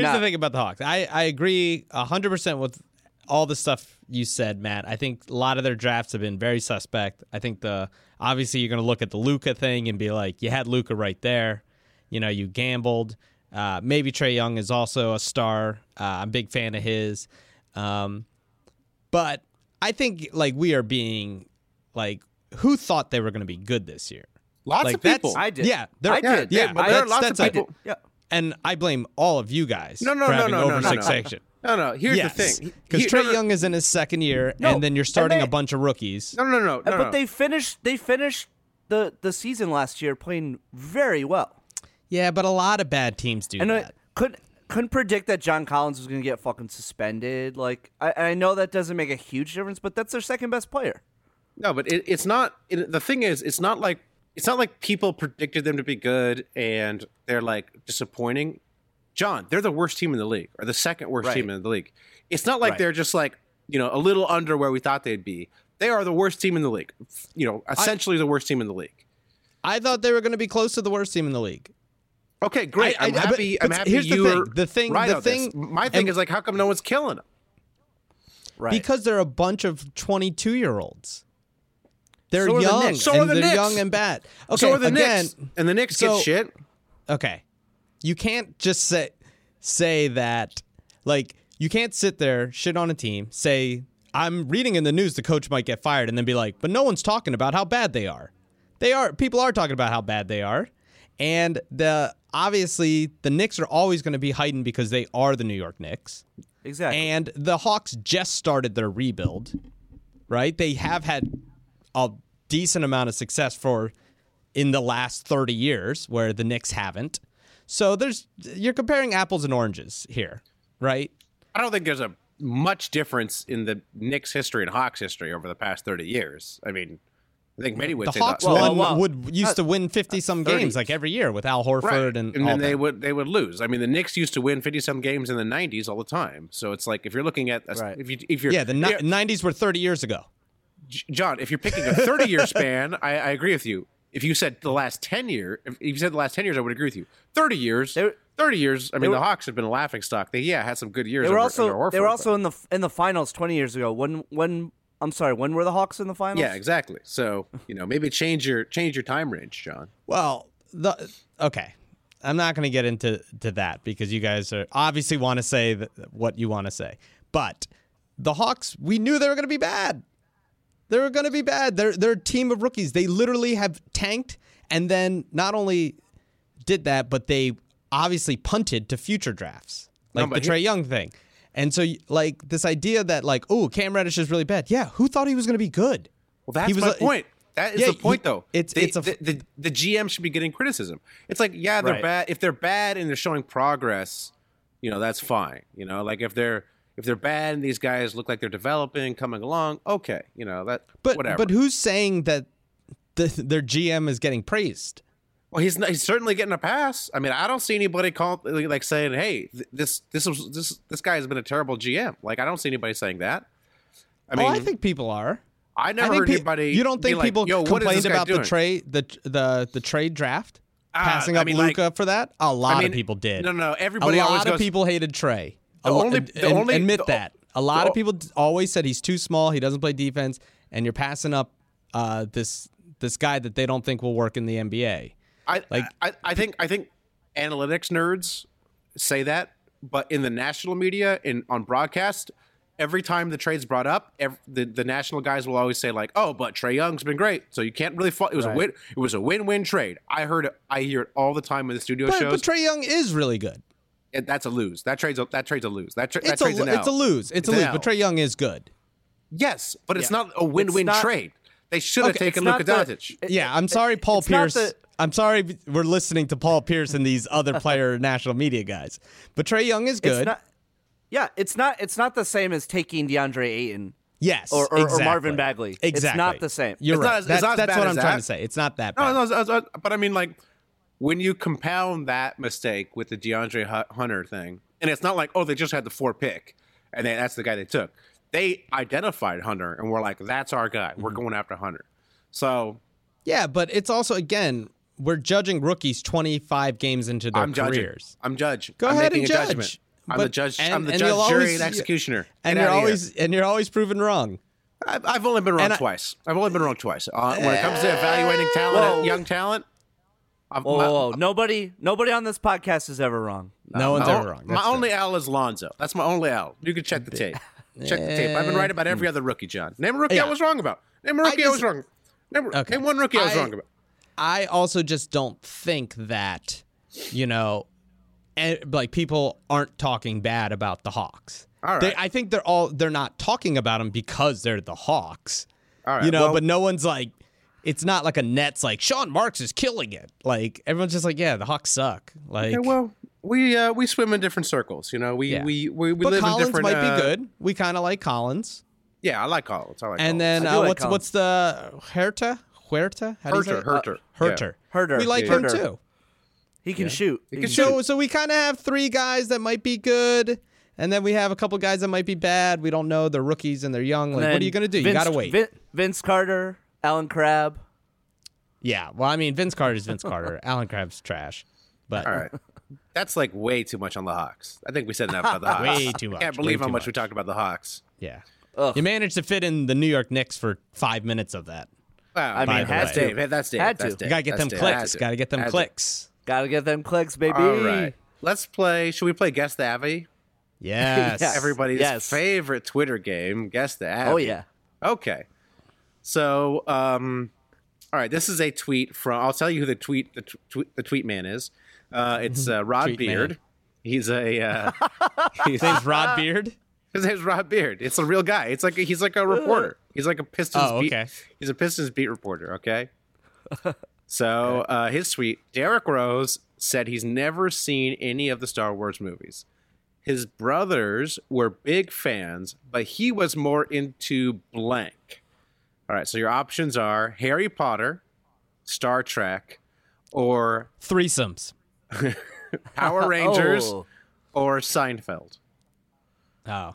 [SPEAKER 8] the
[SPEAKER 9] not.
[SPEAKER 8] thing about the Hawks. I, I agree 100% with all the stuff you said, Matt. I think a lot of their drafts have been very suspect. I think the obviously you're going to look at the Luca thing and be like, you had Luca right there. You know, you gambled. Uh, maybe Trey Young is also a star. Uh, I'm a big fan of his. Um, but I think like we are being like, who thought they were going to be good this year?
[SPEAKER 7] lots
[SPEAKER 8] Like
[SPEAKER 7] of people.
[SPEAKER 8] that's-
[SPEAKER 9] I did.
[SPEAKER 8] Yeah, there-
[SPEAKER 9] I did.
[SPEAKER 8] Yeah,
[SPEAKER 7] yeah,
[SPEAKER 8] but
[SPEAKER 7] but there are
[SPEAKER 8] that's-
[SPEAKER 7] lots
[SPEAKER 8] that's
[SPEAKER 7] of
[SPEAKER 8] a-
[SPEAKER 7] people.
[SPEAKER 9] Yeah.
[SPEAKER 8] and I blame all of you guys.
[SPEAKER 7] No, no,
[SPEAKER 8] for
[SPEAKER 7] no,
[SPEAKER 8] having
[SPEAKER 7] no, no,
[SPEAKER 8] over
[SPEAKER 7] no, no.
[SPEAKER 8] section.
[SPEAKER 7] No, no. Here's the thing.
[SPEAKER 8] because
[SPEAKER 7] He-
[SPEAKER 8] Trey
[SPEAKER 7] no, no,
[SPEAKER 8] Young is in his second year,
[SPEAKER 9] No,
[SPEAKER 8] and then you're
[SPEAKER 9] and
[SPEAKER 8] starting a
[SPEAKER 9] they-
[SPEAKER 8] bunch of rookies.
[SPEAKER 7] No, no, no, no.
[SPEAKER 9] but
[SPEAKER 7] no.
[SPEAKER 9] they finished they finished the the season last year playing very well.
[SPEAKER 8] Yeah, but a lot of bad teams do
[SPEAKER 9] And I
[SPEAKER 8] that.
[SPEAKER 9] couldn't couldn't predict that John Collins was going to get fucking suspended. Like I, I know that doesn't make a huge difference, but that's their second best player.
[SPEAKER 7] No, but it, it's not. It, the thing is, it's not like it's not like people predicted them to be good and they're like disappointing. John, they're the worst team in the league, or the second worst team
[SPEAKER 9] Right.
[SPEAKER 7] in the league. It's not like they're just like you know a little under where we thought they'd be. They are the worst team in the league. You know, essentially the worst team in the league.
[SPEAKER 8] I thought they were going to be close to the worst team in the league.
[SPEAKER 7] Okay, great.
[SPEAKER 8] I-
[SPEAKER 7] I, am
[SPEAKER 8] I- but-
[SPEAKER 7] happy. I'm
[SPEAKER 8] but
[SPEAKER 7] happy.
[SPEAKER 8] here's the
[SPEAKER 7] you're
[SPEAKER 8] thing. The thing-
[SPEAKER 7] Right
[SPEAKER 8] the
[SPEAKER 7] on this.
[SPEAKER 8] thing-
[SPEAKER 7] My thing
[SPEAKER 8] and-
[SPEAKER 7] is like, how come no one's killing them?
[SPEAKER 9] Right.
[SPEAKER 8] because they're a bunch of 22 year olds. They're
[SPEAKER 9] are the
[SPEAKER 8] young.
[SPEAKER 9] Knicks.
[SPEAKER 7] So
[SPEAKER 8] and
[SPEAKER 7] are the
[SPEAKER 8] they're
[SPEAKER 7] Knicks.
[SPEAKER 8] young and bad. Okay,
[SPEAKER 7] so are the
[SPEAKER 8] again,
[SPEAKER 7] Knicks, and the Knicks
[SPEAKER 8] so-
[SPEAKER 7] get shit.
[SPEAKER 8] okay you can't just say say that like you can't sit there shit on a team say i'm reading in the news the coach might get fired and then be like but no one's talking about how bad they are they are people are talking about how bad they are and the obviously the Knicks are always going to be heightened because they are the New York Knicks
[SPEAKER 9] exactly.
[SPEAKER 8] and the Hawks just started their rebuild, right? They have had a decent amount of success for in the last 30 years where the Knicks haven't. So there's you're comparing apples and oranges here, right?
[SPEAKER 7] I don't think there's a much difference in the Knicks history and Hawks history over the past 30 years. I mean, I think many would
[SPEAKER 8] The
[SPEAKER 7] say
[SPEAKER 8] Hawks
[SPEAKER 7] that.
[SPEAKER 9] Well,
[SPEAKER 8] won,
[SPEAKER 9] well,
[SPEAKER 8] would used to win 50 some
[SPEAKER 7] 30.
[SPEAKER 8] games like every year with Al Horford
[SPEAKER 7] uh, right.
[SPEAKER 8] and,
[SPEAKER 7] and
[SPEAKER 8] all
[SPEAKER 7] then they
[SPEAKER 8] that.
[SPEAKER 7] would they would lose. I mean, the Knicks used to win 50 some games in the 90s all the time. So it's like if you're looking at a,
[SPEAKER 9] Right.
[SPEAKER 7] if you if you're
[SPEAKER 8] yeah, the ni-
[SPEAKER 7] yeah,
[SPEAKER 8] 90s were 30 years ago.
[SPEAKER 9] <laughs>
[SPEAKER 7] J- John, if you're picking a 30 year span, I, I agree with you. If you said the last ten year, if you said the last ten years, I would agree with you. Thirty years,
[SPEAKER 9] They were-
[SPEAKER 7] thirty years. I mean,
[SPEAKER 9] were-
[SPEAKER 7] the Hawks have been a laughing stock. They yeah had some good years.
[SPEAKER 9] They were
[SPEAKER 7] under-
[SPEAKER 9] also
[SPEAKER 7] under Horford,
[SPEAKER 9] they were
[SPEAKER 7] but-
[SPEAKER 9] also in the in the finals twenty years ago. When when I'm sorry, when were the Hawks in the finals?
[SPEAKER 7] yeah exactly. So you know maybe change your change your time range, John.
[SPEAKER 8] Well, the okay. I'm not going to get into to that because you guys are obviously want to say th- what you want to say. But the Hawks, we knew they were going to be bad. They were going to be bad. They're they're a team of rookies. They literally have tanked and then not only did that, but they obviously punted to future drafts, like the
[SPEAKER 7] but he-
[SPEAKER 8] Trey Young thing. And so, y- like this idea that, like, oh, Cam Reddish is really bad. Yeah, who thought he was going to be good?
[SPEAKER 7] Well, that's
[SPEAKER 8] He was
[SPEAKER 7] my
[SPEAKER 8] a-
[SPEAKER 7] point. That is
[SPEAKER 8] Yeah,
[SPEAKER 7] the point,
[SPEAKER 8] he-
[SPEAKER 7] though.
[SPEAKER 8] it's-
[SPEAKER 7] They-
[SPEAKER 8] it's a-
[SPEAKER 7] the, the the GM should be getting criticism. It's like, yeah, they're
[SPEAKER 9] Right.
[SPEAKER 7] bad. If they're bad and they're showing progress, you know, that's fine. You know, like if they're if they're bad and these guys look like they're developing, coming along, okay. You know that,
[SPEAKER 8] But
[SPEAKER 7] whatever.
[SPEAKER 8] but who's saying that the, their GM is getting praised?
[SPEAKER 7] well, he's not, he's certainly getting a pass. I mean, I don't see anybody call like saying, hey, th- this this was this this guy has been a terrible GM. Like I don't see anybody saying that. I mean,
[SPEAKER 8] oh, I think people are.
[SPEAKER 7] I never
[SPEAKER 8] I think
[SPEAKER 7] heard
[SPEAKER 8] pe-
[SPEAKER 7] anybody.
[SPEAKER 8] You don't
[SPEAKER 7] be
[SPEAKER 8] think
[SPEAKER 7] like,
[SPEAKER 8] people
[SPEAKER 7] Yo, what is
[SPEAKER 8] complained
[SPEAKER 7] this guy
[SPEAKER 8] about the
[SPEAKER 7] doing? Ah,
[SPEAKER 8] trade the the the trade draft passing
[SPEAKER 7] I
[SPEAKER 8] up
[SPEAKER 7] mean, like-
[SPEAKER 8] Luca for that? A lot
[SPEAKER 7] mean,
[SPEAKER 8] of people did.
[SPEAKER 7] no, no, everybody
[SPEAKER 8] A
[SPEAKER 7] always
[SPEAKER 8] lot of
[SPEAKER 7] goes-
[SPEAKER 8] people hated Trey.
[SPEAKER 7] The
[SPEAKER 8] A lo-
[SPEAKER 7] only-
[SPEAKER 8] and-
[SPEAKER 7] the
[SPEAKER 8] and
[SPEAKER 7] only-
[SPEAKER 8] admit
[SPEAKER 7] the-
[SPEAKER 8] that. A lot
[SPEAKER 7] the-
[SPEAKER 8] of people d- always said he's too small. He doesn't play defense, and you're passing up uh, this this guy that they don't think will work in the NBA.
[SPEAKER 7] I
[SPEAKER 8] Like-
[SPEAKER 7] I, I think I think analytics nerds say that, but in the national media in on broadcast, every time the trade's brought up, ev the, the national guys will always say like, "Oh, but Trey Young's been great, so you can't really fault." It was a win. It was a win-win trade. I heard it. I hear it all the time in the studio
[SPEAKER 8] But,
[SPEAKER 7] shows.
[SPEAKER 8] but Trey Young is really good.
[SPEAKER 7] and that's a lose. That trade's a, that trade's a lose. That, tra- that
[SPEAKER 8] It's a
[SPEAKER 7] trade's an
[SPEAKER 8] lo- it's a
[SPEAKER 7] L.
[SPEAKER 8] lose. It's,
[SPEAKER 7] It's
[SPEAKER 8] a
[SPEAKER 7] an
[SPEAKER 8] lose.
[SPEAKER 7] L.
[SPEAKER 8] But Trey Young is good.
[SPEAKER 7] Yes, but it's not a win-win
[SPEAKER 9] not-
[SPEAKER 7] trade. They should have
[SPEAKER 8] Okay,
[SPEAKER 7] taken
[SPEAKER 9] it's
[SPEAKER 7] Luka
[SPEAKER 9] not the-
[SPEAKER 7] Doncic.
[SPEAKER 8] yeah, I'm sorry, Paul
[SPEAKER 9] it's not
[SPEAKER 8] Pierce.
[SPEAKER 9] that-
[SPEAKER 8] I'm sorry, we're listening to Paul Pierce and these other player <laughs> national media guys. But Trey Young is
[SPEAKER 9] it's
[SPEAKER 8] good.
[SPEAKER 9] not. Yeah, it's not. It's not the same as taking DeAndre Ayton.
[SPEAKER 8] yes,
[SPEAKER 9] or- or- or
[SPEAKER 8] exactly.
[SPEAKER 9] Marvin Bagley. It's
[SPEAKER 8] Exactly,
[SPEAKER 9] not the same.
[SPEAKER 8] You're
[SPEAKER 7] It's
[SPEAKER 8] right.
[SPEAKER 7] not as- it's
[SPEAKER 8] that's
[SPEAKER 7] not as
[SPEAKER 8] that's
[SPEAKER 7] bad
[SPEAKER 8] what
[SPEAKER 7] as
[SPEAKER 8] I'm trying
[SPEAKER 7] that.
[SPEAKER 8] to say. It's not that bad.
[SPEAKER 7] No, no, no, no, but I mean, like, when you compound that mistake with the DeAndre Hu- Hunter thing, and it's not like, oh, they just had the four pick, and they, that's the guy they took. They identified Hunter, and we're like, that's our guy. We're
[SPEAKER 8] Mm-hmm.
[SPEAKER 7] going after Hunter. So
[SPEAKER 8] Yeah, but it's also again, we're judging rookies 25 games into their
[SPEAKER 7] I'm judging.
[SPEAKER 8] careers.
[SPEAKER 7] I'm judge.
[SPEAKER 8] Go
[SPEAKER 7] I'm
[SPEAKER 8] ahead
[SPEAKER 7] making
[SPEAKER 8] and
[SPEAKER 7] a
[SPEAKER 8] judge.
[SPEAKER 7] judgment. I'm the
[SPEAKER 8] But-
[SPEAKER 7] judge.
[SPEAKER 8] and-
[SPEAKER 7] I'm the
[SPEAKER 8] and
[SPEAKER 7] judge,
[SPEAKER 8] you'll
[SPEAKER 7] jury,
[SPEAKER 8] always-
[SPEAKER 7] and executioner.
[SPEAKER 8] And
[SPEAKER 7] Get
[SPEAKER 8] you're
[SPEAKER 7] outta here.
[SPEAKER 8] always and you're always proven wrong.
[SPEAKER 7] I've, I've only been wrong
[SPEAKER 8] and I-
[SPEAKER 7] twice. I've only been wrong twice. Uh, when it comes to evaluating talent,
[SPEAKER 9] Whoa.
[SPEAKER 7] young talent. I've,
[SPEAKER 9] Whoa,
[SPEAKER 7] my-
[SPEAKER 9] whoa, whoa. nobody, nobody on this podcast is ever wrong.
[SPEAKER 8] no one's
[SPEAKER 7] My-
[SPEAKER 8] ever wrong.
[SPEAKER 7] My
[SPEAKER 8] That's
[SPEAKER 7] only L is Lonzo. That's my only L. You can check the tape. Check the tape. I've been right about every other rookie, John. Name a rookie I
[SPEAKER 8] Mm. Yeah.
[SPEAKER 7] was wrong about. Name a rookie I,
[SPEAKER 8] just-
[SPEAKER 7] was wrong. Name,
[SPEAKER 8] Okay.
[SPEAKER 7] name one rookie I, was
[SPEAKER 8] I-
[SPEAKER 7] wrong about.
[SPEAKER 8] I also just don't think that, you know, and, like people aren't talking bad about the Hawks.
[SPEAKER 7] All
[SPEAKER 8] They,
[SPEAKER 7] right.
[SPEAKER 8] I think they're all they're not talking about them because they're the Hawks.
[SPEAKER 7] All right,
[SPEAKER 8] You know,
[SPEAKER 7] well-
[SPEAKER 8] but no one's like, it's not like a Nets like Sean Marks is killing it. Like everyone's just like, yeah, the Hawks suck. Like,
[SPEAKER 7] Yeah, well, we uh, we swim in different circles. You know, we
[SPEAKER 8] Yeah.
[SPEAKER 7] we we, we
[SPEAKER 8] but
[SPEAKER 7] live
[SPEAKER 8] Collins
[SPEAKER 7] in different.
[SPEAKER 8] might
[SPEAKER 7] uh,
[SPEAKER 8] be good. We kind of like Collins.
[SPEAKER 7] Yeah, I like Collins. I like Collins.
[SPEAKER 8] And then
[SPEAKER 9] I
[SPEAKER 8] uh,
[SPEAKER 9] do like
[SPEAKER 8] what's
[SPEAKER 9] Collins.
[SPEAKER 8] what's the Huerta? Huerta? How do you say
[SPEAKER 7] Herter,
[SPEAKER 8] it?
[SPEAKER 7] Herter,
[SPEAKER 8] Herter.
[SPEAKER 9] Herter.
[SPEAKER 8] We like
[SPEAKER 9] Yeah.
[SPEAKER 8] him
[SPEAKER 9] Herter.
[SPEAKER 8] too.
[SPEAKER 9] He can shoot. He
[SPEAKER 7] can
[SPEAKER 8] So so we kind of have three guys that might be good, and then we have a couple guys that might be bad. We don't know. They're rookies and they're young. Like, what are you gonna do? you
[SPEAKER 9] Vince-
[SPEAKER 8] gotta wait.
[SPEAKER 9] Vin- Vince Carter, Alan Crabb.
[SPEAKER 8] yeah. Well, I mean, Vince Carter is Vince Carter. <laughs> Alan Crabb's trash, but <laughs>
[SPEAKER 7] All right. That's like way too much on the Hawks. I think we said enough about
[SPEAKER 8] <laughs>
[SPEAKER 7] the Hawks.
[SPEAKER 8] Way too
[SPEAKER 7] I
[SPEAKER 8] much,
[SPEAKER 7] can't believe
[SPEAKER 8] way
[SPEAKER 7] how
[SPEAKER 8] too
[SPEAKER 7] much, we
[SPEAKER 8] much.
[SPEAKER 7] talked about the Hawks.
[SPEAKER 8] yeah, you managed to fit in the New York Knicks for five minutes of that.
[SPEAKER 7] Wow,
[SPEAKER 8] mean,
[SPEAKER 7] that's
[SPEAKER 8] had to.
[SPEAKER 7] Dave. That's Dave.
[SPEAKER 9] Had to.
[SPEAKER 7] That's
[SPEAKER 9] You
[SPEAKER 7] Dave.
[SPEAKER 8] You gotta get
[SPEAKER 7] That's
[SPEAKER 8] them
[SPEAKER 7] Dave. Had
[SPEAKER 8] clicks.
[SPEAKER 7] to.
[SPEAKER 8] Got to get them
[SPEAKER 7] Had to. <laughs>
[SPEAKER 8] clicks.
[SPEAKER 9] Gotta get them clicks, baby.
[SPEAKER 7] All right. Let's play. Should we play Guess the Abby?
[SPEAKER 8] Yes.
[SPEAKER 9] Yeah, everybody-
[SPEAKER 7] Everybody's
[SPEAKER 9] Yes.
[SPEAKER 7] favorite Twitter game, Guess the Abby.
[SPEAKER 9] Oh yeah.
[SPEAKER 7] Okay. So, um, all right. This is a tweet from. I'll tell you who the tweet the, tw- tweet- the tweet man is. Uh, it's uh, Rod
[SPEAKER 8] Tweet man.
[SPEAKER 7] Beard. He's a. Uh, he's,
[SPEAKER 8] His name's Rod Beard.
[SPEAKER 7] his name's Rod Beard. It's a real guy. It's like a, he's
[SPEAKER 8] <laughs>
[SPEAKER 7] like a reporter. He's like a Pistons.
[SPEAKER 8] Oh, okay.
[SPEAKER 7] Beat, he's a Pistons beat reporter.
[SPEAKER 8] <laughs>
[SPEAKER 7] Okay. So uh, his tweet: Derek Rose said he's never seen any of the Star Wars movies. His brothers were big fans, but he was more into blank. All right. So your options are Harry Potter, Star Trek, or
[SPEAKER 8] Threesomes. <laughs>
[SPEAKER 7] Power Rangers,
[SPEAKER 9] Oh.
[SPEAKER 7] or Seinfeld.
[SPEAKER 8] Oh.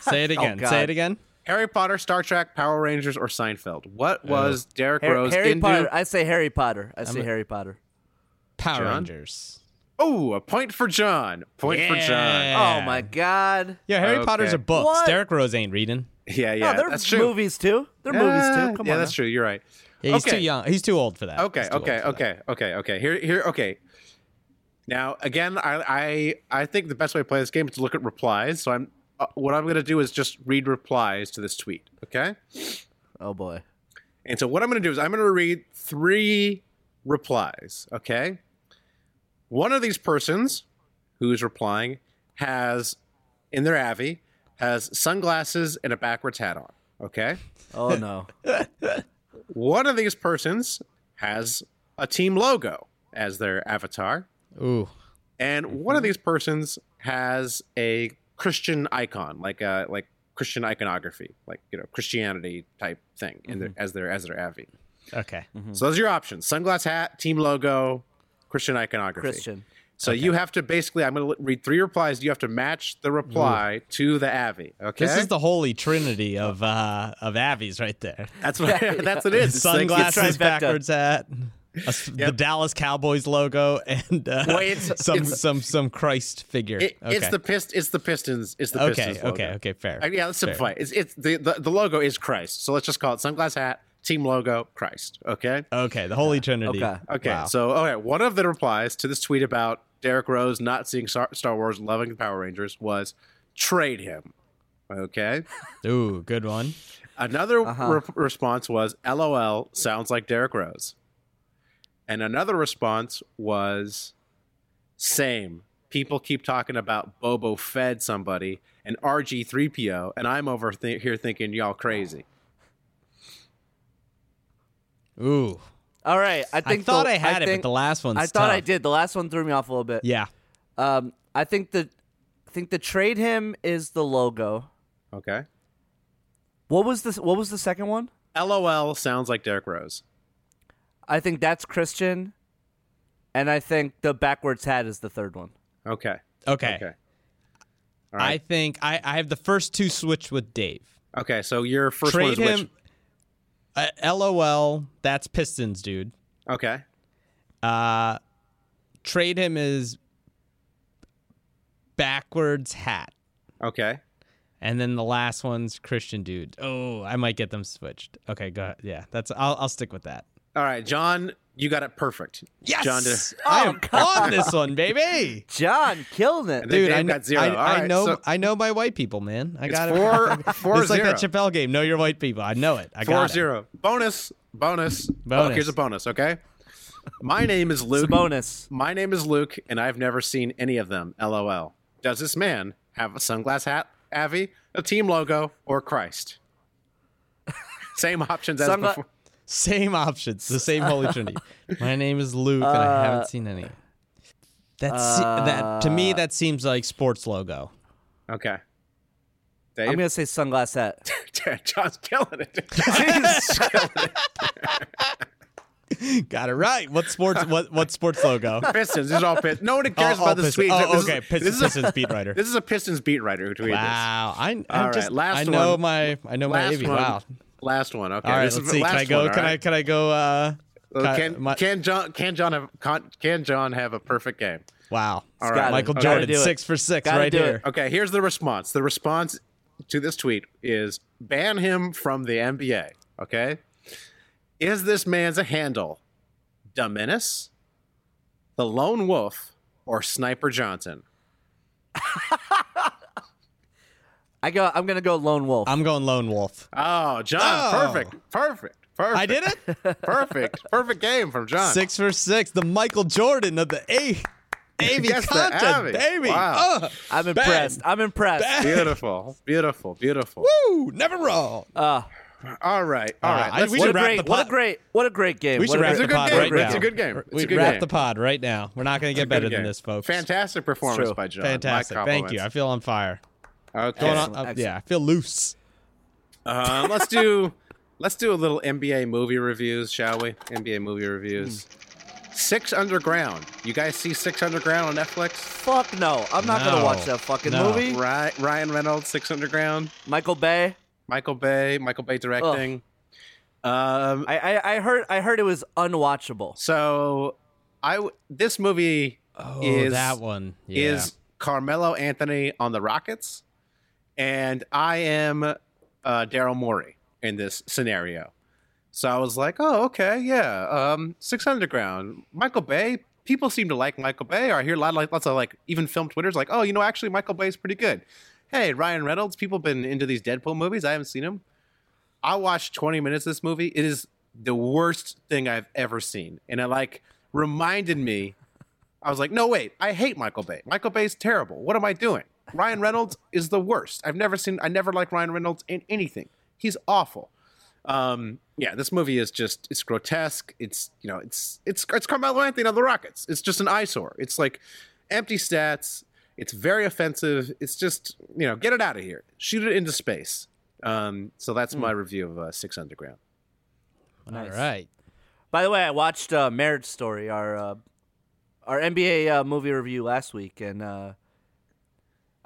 [SPEAKER 8] Say it again.
[SPEAKER 9] God.
[SPEAKER 7] <laughs>
[SPEAKER 8] Say it again.
[SPEAKER 7] Harry Potter, Star Trek, Power Rangers, or Seinfeld? What was Derek
[SPEAKER 9] Har-
[SPEAKER 7] Rose
[SPEAKER 9] Harry
[SPEAKER 7] into?
[SPEAKER 9] Potter. I say Harry Potter. I say Harry Potter.
[SPEAKER 8] Power
[SPEAKER 7] John?
[SPEAKER 8] Rangers.
[SPEAKER 7] Oh, a point for John. Point for John.
[SPEAKER 9] Oh my god.
[SPEAKER 8] Yeah, Harry
[SPEAKER 7] Okay.
[SPEAKER 8] Potter's are books.
[SPEAKER 9] What?
[SPEAKER 8] Derek Rose ain't reading.
[SPEAKER 7] Yeah,
[SPEAKER 9] no,
[SPEAKER 7] yeah,
[SPEAKER 9] Oh, they're
[SPEAKER 7] that's true.
[SPEAKER 9] movies too. They're movies
[SPEAKER 7] Yeah,
[SPEAKER 9] too. Come
[SPEAKER 7] yeah,
[SPEAKER 9] on.
[SPEAKER 7] that's
[SPEAKER 9] now.
[SPEAKER 7] true. You're right.
[SPEAKER 8] Yeah, he's
[SPEAKER 7] Okay.
[SPEAKER 8] too young. He's too old for that.
[SPEAKER 7] Okay,
[SPEAKER 8] He's too
[SPEAKER 7] okay,
[SPEAKER 8] old for that.
[SPEAKER 7] okay, okay, okay. Here, here. Okay. Now, again, I, I, I think the best way to play this game is to look at replies. So I'm, uh, what I'm going to do is just read replies to this tweet. Okay.
[SPEAKER 9] Oh
[SPEAKER 8] <laughs>
[SPEAKER 9] boy.
[SPEAKER 7] And so what I'm going to do is I'm going to read three replies. Okay. One of these persons who is replying has in their avi has sunglasses and a backwards hat on. Okay.
[SPEAKER 9] Oh no.
[SPEAKER 7] One of these persons has a team logo as their avatar.
[SPEAKER 8] Ooh.
[SPEAKER 7] and one of these persons has a Christian icon, like a like Christian iconography, like you know Christianity type thing, in their, as their as their avi.
[SPEAKER 8] Okay.
[SPEAKER 7] So those are your options: sunglass hat, team logo, Christian iconography.
[SPEAKER 9] Christian.
[SPEAKER 7] So you have to basically, I'm going to read three replies. You have to match the reply to the avi. Okay,
[SPEAKER 8] This is the holy trinity of uh of Abby's right there.
[SPEAKER 7] that's
[SPEAKER 8] <laughs>
[SPEAKER 7] what <laughs> that's what it is. It's like-
[SPEAKER 8] Sunglasses,
[SPEAKER 9] trifecta.
[SPEAKER 8] backwards hat, a s- the Dallas Cowboys logo, and uh,
[SPEAKER 7] Well, it's-
[SPEAKER 8] <laughs> some
[SPEAKER 7] it's-
[SPEAKER 8] some some Christ figure.
[SPEAKER 7] it-
[SPEAKER 8] okay.
[SPEAKER 7] It's the pist. It's the Pistons. It's the
[SPEAKER 8] okay,
[SPEAKER 7] Pistons. logo.
[SPEAKER 8] okay, okay, fair.
[SPEAKER 7] Uh, yeah, let's
[SPEAKER 8] Fair.
[SPEAKER 7] simplify. it. It's it's the, the the logo is Christ. So let's just call it sunglass hat, team logo, Christ. Okay.
[SPEAKER 8] Okay, the holy trinity.
[SPEAKER 9] Okay.
[SPEAKER 7] Okay,
[SPEAKER 8] Wow.
[SPEAKER 7] so all right, one of the replies to this tweet about Derek Rose not seeing Star Star Wars, loving the Power Rangers was trade him. Okay.
[SPEAKER 8] Ooh, good one.
[SPEAKER 7] Another re- response was LOL sounds like Derek Rose. And another response was same. People keep talking about Bobo fed somebody and RG3PO, and I'm over th- here thinking y'all crazy.
[SPEAKER 8] Ooh,
[SPEAKER 9] All right. I
[SPEAKER 8] I
[SPEAKER 9] think
[SPEAKER 8] thought
[SPEAKER 9] the-
[SPEAKER 8] I had it,
[SPEAKER 9] think-
[SPEAKER 8] but the last one's
[SPEAKER 9] I thought I
[SPEAKER 8] tough.
[SPEAKER 9] did. The last one threw me off a little bit.
[SPEAKER 8] Yeah.
[SPEAKER 9] Um, I think the, I think the trade him is the logo.
[SPEAKER 7] Okay.
[SPEAKER 9] What was this? What was the second one?
[SPEAKER 7] LOL sounds like Derek Rose.
[SPEAKER 9] I think that's Christian, and I think the backwards hat is the third one.
[SPEAKER 7] Okay.
[SPEAKER 8] Okay.
[SPEAKER 7] Okay. All
[SPEAKER 8] I
[SPEAKER 7] right.
[SPEAKER 8] think I, I have the first two switched with Dave.
[SPEAKER 7] okay. So your first one
[SPEAKER 8] Trade
[SPEAKER 7] is which?
[SPEAKER 8] him. Uh, LOL. That's Pistons, dude.
[SPEAKER 7] Okay.
[SPEAKER 8] Uh, trade him is backwards hat.
[SPEAKER 7] Okay.
[SPEAKER 8] And then the last one's Christian dude. Oh, I might get them switched. Okay, go ahead. Yeah, that's I'll I'll stick with that.
[SPEAKER 7] All right, John, you got it perfect.
[SPEAKER 8] Yes,
[SPEAKER 7] John did.
[SPEAKER 8] I am on this one, baby.
[SPEAKER 9] John killed it.
[SPEAKER 7] Then
[SPEAKER 8] Dude,
[SPEAKER 7] Dave
[SPEAKER 8] I, kn-
[SPEAKER 7] got zero.
[SPEAKER 8] I,
[SPEAKER 7] All
[SPEAKER 8] I
[SPEAKER 7] right,
[SPEAKER 8] know
[SPEAKER 7] so-
[SPEAKER 8] I know my white people, man. I
[SPEAKER 7] It's
[SPEAKER 8] got
[SPEAKER 7] four-
[SPEAKER 8] <laughs> it.
[SPEAKER 7] four
[SPEAKER 8] it's like that
[SPEAKER 7] zero.
[SPEAKER 8] Chappelle game. Know your white people. I know it. I
[SPEAKER 7] Four
[SPEAKER 8] got it.
[SPEAKER 7] zero. Bonus. Bonus.
[SPEAKER 8] Bonus.
[SPEAKER 7] Oh, here's a bonus, okay? My name is
[SPEAKER 9] It's a
[SPEAKER 7] Luke.
[SPEAKER 9] bonus.
[SPEAKER 7] My name is Luke, and I've never seen any of them. LOL. Does this man have a sunglass hat, Avi, a team logo, or
[SPEAKER 8] <laughs>
[SPEAKER 7] Christ? Same options as
[SPEAKER 9] Sungla-
[SPEAKER 7] before.
[SPEAKER 8] Same options. The same
[SPEAKER 7] <laughs>
[SPEAKER 8] holy trinity. My name is Luke, and I haven't seen any. That's that to me. That seems like sports logo.
[SPEAKER 7] Okay.
[SPEAKER 9] I'm
[SPEAKER 7] Dave,
[SPEAKER 9] gonna say sunglass hat.
[SPEAKER 7] <laughs> John's killing
[SPEAKER 9] <laughs>
[SPEAKER 7] it.
[SPEAKER 8] Got it right. What sports? What what sports
[SPEAKER 7] <laughs>
[SPEAKER 8] logo?
[SPEAKER 7] Pistons. This is all Pistons. No one cares
[SPEAKER 8] all
[SPEAKER 7] about the
[SPEAKER 8] Pistons.
[SPEAKER 7] Swedes.
[SPEAKER 8] Oh,
[SPEAKER 7] This is-
[SPEAKER 8] okay.
[SPEAKER 7] this
[SPEAKER 8] Pistons,
[SPEAKER 7] is a- <laughs>
[SPEAKER 8] Pistons beat writer.
[SPEAKER 7] This is a Pistons beat writer who tweeted this.
[SPEAKER 8] Wow. I, I
[SPEAKER 7] All
[SPEAKER 8] just
[SPEAKER 7] right, last
[SPEAKER 8] I know
[SPEAKER 7] one.
[SPEAKER 8] my I know my
[SPEAKER 7] last
[SPEAKER 8] baby.
[SPEAKER 7] one.
[SPEAKER 8] Wow.
[SPEAKER 7] Last one. Okay.
[SPEAKER 8] All right.
[SPEAKER 7] this
[SPEAKER 8] Let's
[SPEAKER 7] is
[SPEAKER 8] see.
[SPEAKER 7] the
[SPEAKER 8] Can I
[SPEAKER 7] last
[SPEAKER 8] go?
[SPEAKER 7] one, all
[SPEAKER 8] can I?
[SPEAKER 7] right.
[SPEAKER 8] Can I go? Uh,
[SPEAKER 7] Well,
[SPEAKER 8] ca-
[SPEAKER 7] Can,
[SPEAKER 8] my-
[SPEAKER 7] can John can John have con- can John have a perfect game?
[SPEAKER 8] wow.
[SPEAKER 7] All right.
[SPEAKER 8] Michael
[SPEAKER 7] Gotta
[SPEAKER 8] Jordan,
[SPEAKER 9] do it.
[SPEAKER 8] six for 6
[SPEAKER 9] Gotta
[SPEAKER 8] right
[SPEAKER 9] do it.
[SPEAKER 8] here.
[SPEAKER 7] Okay. Here's the response. The response to this tweet is ban him from the NBA. Okay. Is this man's a handle? Dominus, the Lone Wolf, or Sniper Johnson?
[SPEAKER 9] I go. I'm gonna go lone wolf.
[SPEAKER 8] I'm going lone wolf.
[SPEAKER 7] Oh, John,
[SPEAKER 8] Oh.
[SPEAKER 7] perfect, perfect, perfect.
[SPEAKER 8] I did
[SPEAKER 7] <laughs>
[SPEAKER 8] it.
[SPEAKER 7] Perfect, perfect game from John.
[SPEAKER 8] Six for six. The Michael Jordan of the
[SPEAKER 7] <laughs>
[SPEAKER 8] A. Avy
[SPEAKER 7] Yes, the
[SPEAKER 8] content,
[SPEAKER 7] Avy.
[SPEAKER 8] baby.
[SPEAKER 7] Wow.
[SPEAKER 8] Uh,
[SPEAKER 9] I'm impressed. I'm impressed.
[SPEAKER 7] <laughs>
[SPEAKER 8] Bang.
[SPEAKER 7] Beautiful, beautiful, beautiful.
[SPEAKER 8] woo, never wrong.
[SPEAKER 7] All right, all
[SPEAKER 8] Uh,
[SPEAKER 7] right.
[SPEAKER 8] I-
[SPEAKER 7] let's-
[SPEAKER 8] we
[SPEAKER 9] what
[SPEAKER 8] should
[SPEAKER 9] a
[SPEAKER 8] wrap
[SPEAKER 9] great.
[SPEAKER 8] the
[SPEAKER 9] What a
[SPEAKER 8] pod.
[SPEAKER 9] great. What a great game.
[SPEAKER 8] We
[SPEAKER 9] what
[SPEAKER 8] should
[SPEAKER 9] a
[SPEAKER 8] wrap
[SPEAKER 9] great-
[SPEAKER 8] the
[SPEAKER 7] a good
[SPEAKER 8] pod
[SPEAKER 7] game.
[SPEAKER 8] right now.
[SPEAKER 7] It's a good game. It's
[SPEAKER 8] We
[SPEAKER 7] a good
[SPEAKER 8] wrap
[SPEAKER 7] game.
[SPEAKER 8] the pod right now. We're not going to get better
[SPEAKER 7] Good
[SPEAKER 8] than
[SPEAKER 7] game.
[SPEAKER 8] this, folks.
[SPEAKER 7] Fantastic performance by John. My
[SPEAKER 8] Fantastic. Thank you. I
[SPEAKER 7] compliments.
[SPEAKER 8] feel on fire.
[SPEAKER 7] Okay.
[SPEAKER 8] Going on, uh, yeah, I feel loose.
[SPEAKER 7] Um, let's do let's do a little NBA movie reviews, shall we? NBA movie reviews. Six Underground. You guys see Six Underground on Netflix?
[SPEAKER 9] Fuck no. I'm not gonna
[SPEAKER 8] No.
[SPEAKER 9] watch that fuccking
[SPEAKER 8] No.
[SPEAKER 9] movie.
[SPEAKER 7] Ry- Ryan Reynolds, Six Underground.
[SPEAKER 9] Michael Bay.
[SPEAKER 7] Michael Bay, Michael Bay directing. Um,
[SPEAKER 9] I, I I heard I heard it was unwatchable.
[SPEAKER 7] so I w- this movie
[SPEAKER 8] Oh,
[SPEAKER 7] is
[SPEAKER 8] that one. Yeah.
[SPEAKER 7] is Carmelo Anthony on the Rockets, and I am uh, Daryl Morey in this scenario. So I was like, oh, okay, yeah. Um, Six Underground, Michael Bay. People seem to like Michael Bay. Or I hear a lot, of, like lots of like even film Twitter's like, oh, you know, actually Michael Bay's pretty good. Hey, Ryan Reynolds. People been into these Deadpool movies. I haven't seen him. I watched 20 minutes of this movie. It is the worst thing I've ever seen, and it like reminded me I was like, no, wait, I hate Michael Bay. Michael Bay's terrible. What am I doing? Ryan Reynolds is the worst. I've never seen, I never liked Ryan Reynolds in anything. He's awful. Um, yeah, this movie is just, it's grotesque. It's, you know, it's, it's, it's Carmelo Anthony on the Rockets. It's just an eyesore. It's like empty stats. It's very offensive. It's just, you know, get it out of here. Shoot it into space. Um, so that's my review of uh, Six Underground.
[SPEAKER 8] All right.
[SPEAKER 9] By the way, I watched uh, Marriage Story, our uh, our NBA uh, movie review last week, and uh,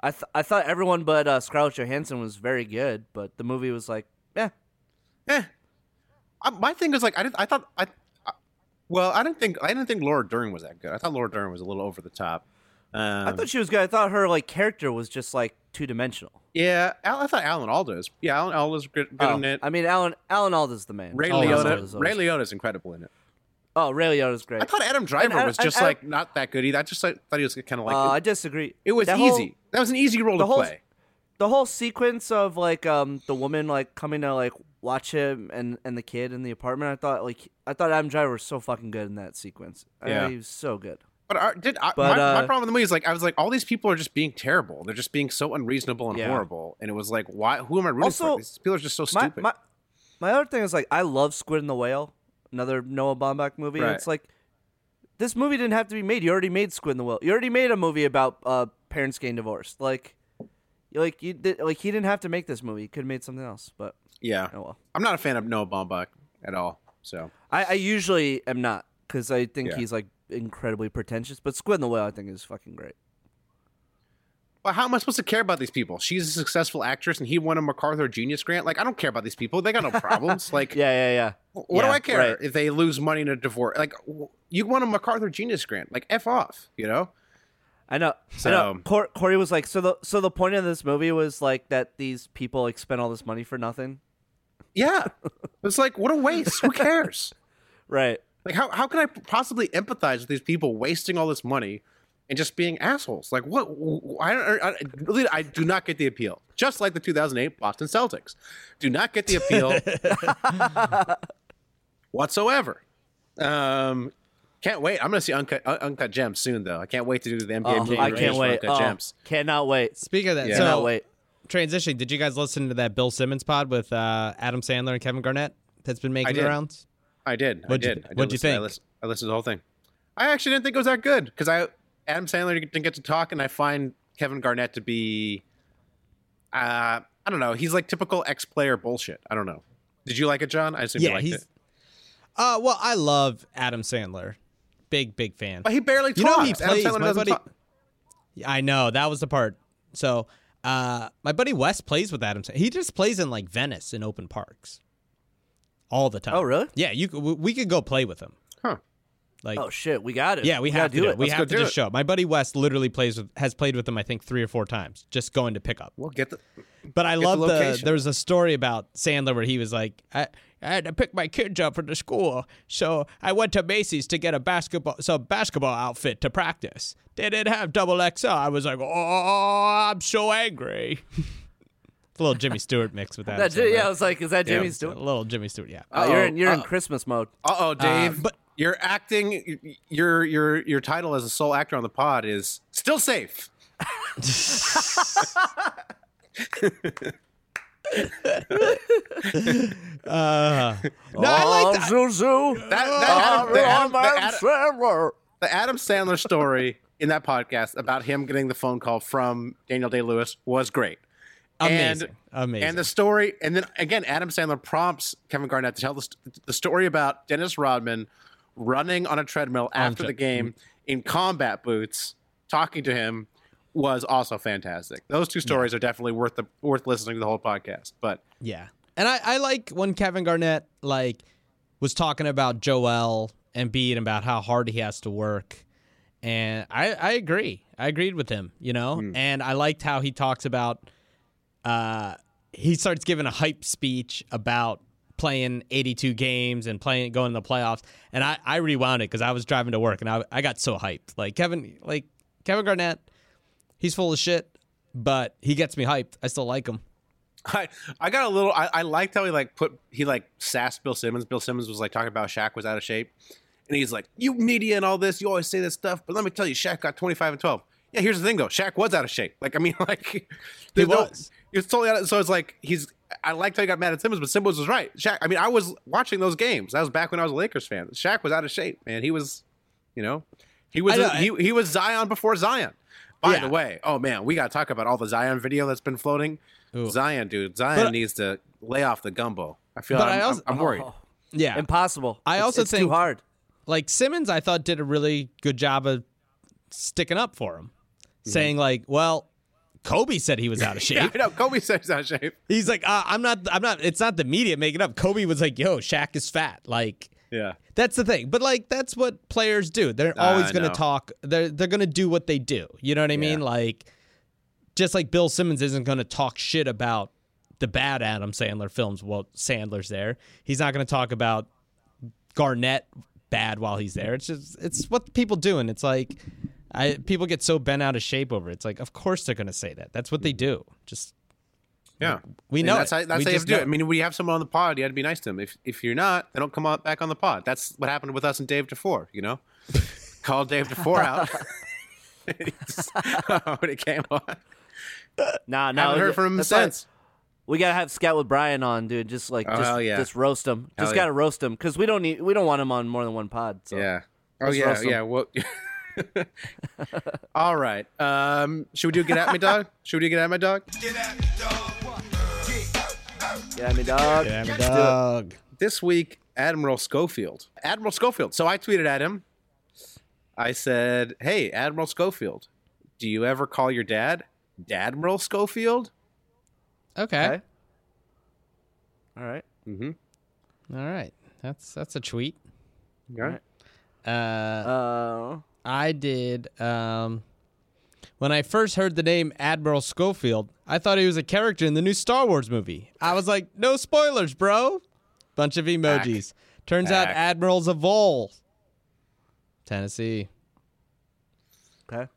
[SPEAKER 9] I th- I thought everyone but uh, Scarlett Johansson was very good, but the movie was like, eh,
[SPEAKER 7] eh. I, my thing is like I didn't. I thought I, I, well, I didn't think I didn't think Laura Dern was that good. I thought Laura Dern was a little over the top. Um,
[SPEAKER 9] I thought she was good. I thought her like character was just like two dimensional.
[SPEAKER 7] yeah, Al, I thought Alan Alda's. Yeah, Alan Alda's good, good in it.
[SPEAKER 9] Oh, I mean, Alan Alan Alda's the man.
[SPEAKER 7] Ray
[SPEAKER 9] Alan
[SPEAKER 7] Liotta.
[SPEAKER 9] Alda's
[SPEAKER 7] Ray
[SPEAKER 9] always-
[SPEAKER 7] Liotta's incredible in it.
[SPEAKER 9] Oh, Ray Liotta's great.
[SPEAKER 7] I thought Adam Driver
[SPEAKER 9] Ad-
[SPEAKER 7] was just
[SPEAKER 9] and Ad-
[SPEAKER 7] like not that good either. I just like, thought he was kind of like
[SPEAKER 9] Uh, I
[SPEAKER 7] it,
[SPEAKER 9] disagree.
[SPEAKER 7] it was
[SPEAKER 9] That
[SPEAKER 7] easy.
[SPEAKER 9] whole-
[SPEAKER 7] that was an easy role
[SPEAKER 9] the
[SPEAKER 7] to
[SPEAKER 9] whole-
[SPEAKER 7] play.
[SPEAKER 9] the whole sequence of like um the woman like coming to like watch him and and the kid in the apartment. I thought like I thought Adam Driver was so fucking good in that sequence. I
[SPEAKER 7] Yeah.
[SPEAKER 9] thought he was so good.
[SPEAKER 7] But are, did I,
[SPEAKER 9] But,
[SPEAKER 7] my, my
[SPEAKER 9] uh,
[SPEAKER 7] problem with the movie is like I was like all these people are just being terrible. They're just being so unreasonable and
[SPEAKER 9] Yeah.
[SPEAKER 7] horrible. And it was like why? Who am I rooting
[SPEAKER 9] Also,
[SPEAKER 7] for? These people are just so
[SPEAKER 9] My,
[SPEAKER 7] stupid.
[SPEAKER 9] my my other thing is like I love Squid and the Whale, another Noah Baumbach movie. and
[SPEAKER 7] Right.
[SPEAKER 9] It's like this movie didn't have to be made. You already made Squid and the Whale. You already made a movie about uh parents getting divorced. Like like you did, like he didn't have to make this movie. He could have made something else. But
[SPEAKER 7] yeah.
[SPEAKER 9] oh well.
[SPEAKER 7] I'm not a fan of Noah Baumbach at all. So
[SPEAKER 9] I, I usually am not because I think
[SPEAKER 7] Yeah.
[SPEAKER 9] he's like incredibly pretentious. But Squid in the Whale, I think, is fucking great.
[SPEAKER 7] Well, how am I supposed to care about these people? She's a successful actress, and he won a MacArthur Genius Grant. Like, I don't care about these people. They got
[SPEAKER 9] <laughs>
[SPEAKER 7] no problems. Like,
[SPEAKER 9] Yeah, yeah, yeah.
[SPEAKER 7] what do
[SPEAKER 9] yeah,
[SPEAKER 7] I care
[SPEAKER 9] right.
[SPEAKER 7] if they lose money in a divorce? Like, w- you won a MacArthur Genius Grant. Like, f off. You know?
[SPEAKER 9] I know. I know.
[SPEAKER 7] So-
[SPEAKER 9] Cor- Corey was like, so the so the point of this movie was like that these people like spent all this money for nothing, <laughs>
[SPEAKER 7] Yeah. it's like, what a waste. Who cares?
[SPEAKER 9] right?
[SPEAKER 7] Like, how how can I possibly empathize with these people wasting all this money and just being assholes? Like, what? I, don't- I, I really I do not get the appeal. Just like the 2008 Boston Celtics, do not get the
[SPEAKER 9] <laughs>
[SPEAKER 7] appeal whatsoever. Um, can't wait. I'm gonna see Uncut, Un- Uncut Gems soon, though. I can't wait to do the NBA.
[SPEAKER 9] Oh,
[SPEAKER 7] Jam
[SPEAKER 9] I
[SPEAKER 7] reviews
[SPEAKER 9] can't
[SPEAKER 7] for
[SPEAKER 9] wait.
[SPEAKER 7] Uncut
[SPEAKER 9] Oh,
[SPEAKER 7] Gems.
[SPEAKER 9] cannot wait.
[SPEAKER 8] Speaking of that,
[SPEAKER 7] Yeah.
[SPEAKER 8] so
[SPEAKER 9] Cannot wait.
[SPEAKER 8] transition. Did you guys listen to that Bill Simmons pod with uh, Adam Sandler and Kevin Garnett that's been making the
[SPEAKER 7] did.
[SPEAKER 8] rounds?
[SPEAKER 7] I did.
[SPEAKER 8] What'd
[SPEAKER 7] I
[SPEAKER 8] you
[SPEAKER 7] did.
[SPEAKER 8] th-
[SPEAKER 7] I did
[SPEAKER 8] what'd you
[SPEAKER 7] listen- I
[SPEAKER 8] think?
[SPEAKER 7] listened, I listened to the whole thing. I actually didn't think it was that good because I Adam Sandler didn't get to talk, and I find Kevin Garnett to be, uh, I don't know. He's like typical ex-player bullshit. I don't know. Did you like it, John? I assume you liked it.
[SPEAKER 8] Uh, well, I love Adam Sandler. Big big fan.
[SPEAKER 7] But he barely talks.
[SPEAKER 8] You know he plays
[SPEAKER 7] Adam Sandler
[SPEAKER 8] my
[SPEAKER 7] doesn't
[SPEAKER 8] buddy.
[SPEAKER 7] talk.
[SPEAKER 8] I know that was the part. So uh, my buddy Wes plays with Adam. Sandler. He just plays in like Venice in open parks all the time.
[SPEAKER 9] Oh, really?
[SPEAKER 8] Yeah, you could, we- we could go play with him.
[SPEAKER 7] Huh.
[SPEAKER 8] Like
[SPEAKER 9] Oh shit, we got it.
[SPEAKER 8] yeah, we,
[SPEAKER 9] gotta
[SPEAKER 8] have to
[SPEAKER 9] do
[SPEAKER 8] do it. We
[SPEAKER 7] Let's go
[SPEAKER 8] have to
[SPEAKER 7] do
[SPEAKER 8] just
[SPEAKER 7] it.
[SPEAKER 8] show. it. My buddy Wes literally plays with has played with him I think 3 or 4 times just going to pick up.
[SPEAKER 7] We'll get the.
[SPEAKER 8] But I
[SPEAKER 7] Get the
[SPEAKER 8] love the,
[SPEAKER 7] location.
[SPEAKER 8] there's a story about Sandler where he was like, I, I had to pick my kids up from the school, so I went to Macy's to get a basketball some basketball outfit to practice. They didn't have double XL. I was like, oh, I'm so angry. <laughs> it's a little Jimmy Stewart mix with that.
[SPEAKER 9] That, yeah, I was like, is that Jimmy's
[SPEAKER 8] a
[SPEAKER 9] doing?
[SPEAKER 8] little Jimmy Stewart. Yeah.
[SPEAKER 9] Uh, you're in you're in Christmas mode.
[SPEAKER 7] Uh oh, Dave.
[SPEAKER 8] but-
[SPEAKER 7] you're acting. y- Your your your title as a sole actor on the pod is still safe.
[SPEAKER 8] Uh,
[SPEAKER 9] <laughs>
[SPEAKER 8] no, I like that.
[SPEAKER 9] Zoo Zoo.
[SPEAKER 7] That, that Adam, the, Adam, the, Adam,
[SPEAKER 9] Sandler.
[SPEAKER 7] the Adam Sandler story in that podcast about him getting the phone call from Daniel Day Lewis was great.
[SPEAKER 8] Amazing.
[SPEAKER 7] And,
[SPEAKER 8] Amazing.
[SPEAKER 7] And the story, and then again, Adam Sandler prompts Kevin Garnett to tell the, st- the story about Dennis Rodman running on a treadmill after
[SPEAKER 8] tre- mm-hmm.
[SPEAKER 7] the game in combat boots, talking to him was also fantastic. Those two stories are definitely worth the worth listening to the whole podcast. But
[SPEAKER 8] Yeah. And I, I like when Kevin Garnett like was talking about Joel and Embiid and about how hard he has to work. And I, I agree. I agreed with him, you know? And I liked how he talks about uh he starts giving a hype speech about playing 82 games and playing going to the playoffs and I, I rewound it because I was driving to work and I, I got so hyped like Kevin like Kevin Garnett he's full of shit but he gets me hyped I still like him
[SPEAKER 7] I, I got a little. I, I liked how he like put he like sassed Bill Simmons. Bill Simmons was like talking about Shaq was out of shape, and he's like, "You media and all this, you always say this stuff, but let me tell you, Shaq got twenty five and twelve. Yeah, here's the thing though, Shaq was out of shape. Like, I mean, <laughs> like there's no-
[SPEAKER 8] was.
[SPEAKER 7] he was totally out. Of, so it's like he's. I liked how he got mad at Simmons, but Simmons was right. Shaq. I mean, I was watching those games. That was back when I was a Lakers fan. Shaq was out of shape, man. He was, you know, he was
[SPEAKER 8] I know,
[SPEAKER 7] he, he was Zion before Zion. By
[SPEAKER 8] Yeah.
[SPEAKER 7] the way, oh man, we gotta talk about all the Zion video that's been floating. Zion, dude, Zion
[SPEAKER 8] But-
[SPEAKER 7] needs to lay off the gumbo. I feel.
[SPEAKER 8] But
[SPEAKER 7] I'm,
[SPEAKER 8] I also- oh,
[SPEAKER 7] I'm, I'm worried. <laughs>
[SPEAKER 8] yeah
[SPEAKER 9] Impossible.
[SPEAKER 8] I
[SPEAKER 9] It's-
[SPEAKER 8] also
[SPEAKER 9] it's
[SPEAKER 8] think-
[SPEAKER 9] too hard.
[SPEAKER 8] like Simmons, I thought did a really good job of sticking up for him, saying like, "Well, Kobe said he was out of shape."
[SPEAKER 7] I know Kobe says that shape.
[SPEAKER 8] He's like, uh, "I'm not. I'm not. It's not the media making up." Kobe was like, "Yo, Shaq is fat." Like,
[SPEAKER 7] Yeah.
[SPEAKER 8] that's the thing. But like, that's what players do. They're always going to
[SPEAKER 7] know.
[SPEAKER 8] talk. They're they're going to do what they do. You know what I mean? Like, just like Bill Simmons isn't going to talk shit about the bad Adam Sandler films while Sandler's there. He's not going to talk about Garnett bad while he's there. It's just it's what people do, and it's like. I, people get so bent out of shape over it. It's like, of course they're going to say that. That's what they do. Just
[SPEAKER 7] Yeah.
[SPEAKER 8] We
[SPEAKER 7] And
[SPEAKER 8] know
[SPEAKER 7] that's
[SPEAKER 8] it.
[SPEAKER 7] how, that's
[SPEAKER 8] We
[SPEAKER 7] how you have
[SPEAKER 8] just
[SPEAKER 7] to do
[SPEAKER 8] know
[SPEAKER 7] it. I mean, we have someone on the pod. You had to be nice to them. If if you're not, they don't come on, back on the pod. That's what happened with us and Dave DeFore. You
[SPEAKER 8] <laughs>
[SPEAKER 7] know, call Dave DeFore out <laughs> when it came on.
[SPEAKER 9] Nah, nah.
[SPEAKER 7] Haven't heard from him
[SPEAKER 9] that's why
[SPEAKER 7] since.
[SPEAKER 9] We gotta have Scout with Brian on, dude. Just like,
[SPEAKER 7] Oh,
[SPEAKER 9] just,
[SPEAKER 7] hell yeah.
[SPEAKER 9] just roast him.
[SPEAKER 7] Hell
[SPEAKER 9] Just
[SPEAKER 7] yeah.
[SPEAKER 9] gotta roast him because we don't need, we don't want him on more than one pod. So.
[SPEAKER 7] Yeah. Oh
[SPEAKER 9] Let's
[SPEAKER 7] yeah.
[SPEAKER 9] roast 'em.
[SPEAKER 7] Yeah. Well. <laughs> All right. Um, should we do get at me,
[SPEAKER 8] <laughs>
[SPEAKER 7] dog? Should we do get at my dog?
[SPEAKER 9] Yeah, I mean, dog.
[SPEAKER 8] dog.
[SPEAKER 7] this week, Admiral Schofield. Admiral Schofield. So I tweeted at him. I said, Hey, Admiral Schofield, do you ever call your dad Dadmiral Schofield?
[SPEAKER 8] Okay.
[SPEAKER 9] Okay. All right.
[SPEAKER 8] All right. That's that's a tweet.
[SPEAKER 7] Yeah.
[SPEAKER 8] Uh,
[SPEAKER 9] Uh,
[SPEAKER 8] I did. Um, when I first heard the name Admiral Schofield, I thought he was a character in the new Star Wars movie. I was like, no spoilers, bro. Bunch of emojis. Turns out
[SPEAKER 7] Back.
[SPEAKER 8] Admiral's a vole. Tennessee.
[SPEAKER 9] okay.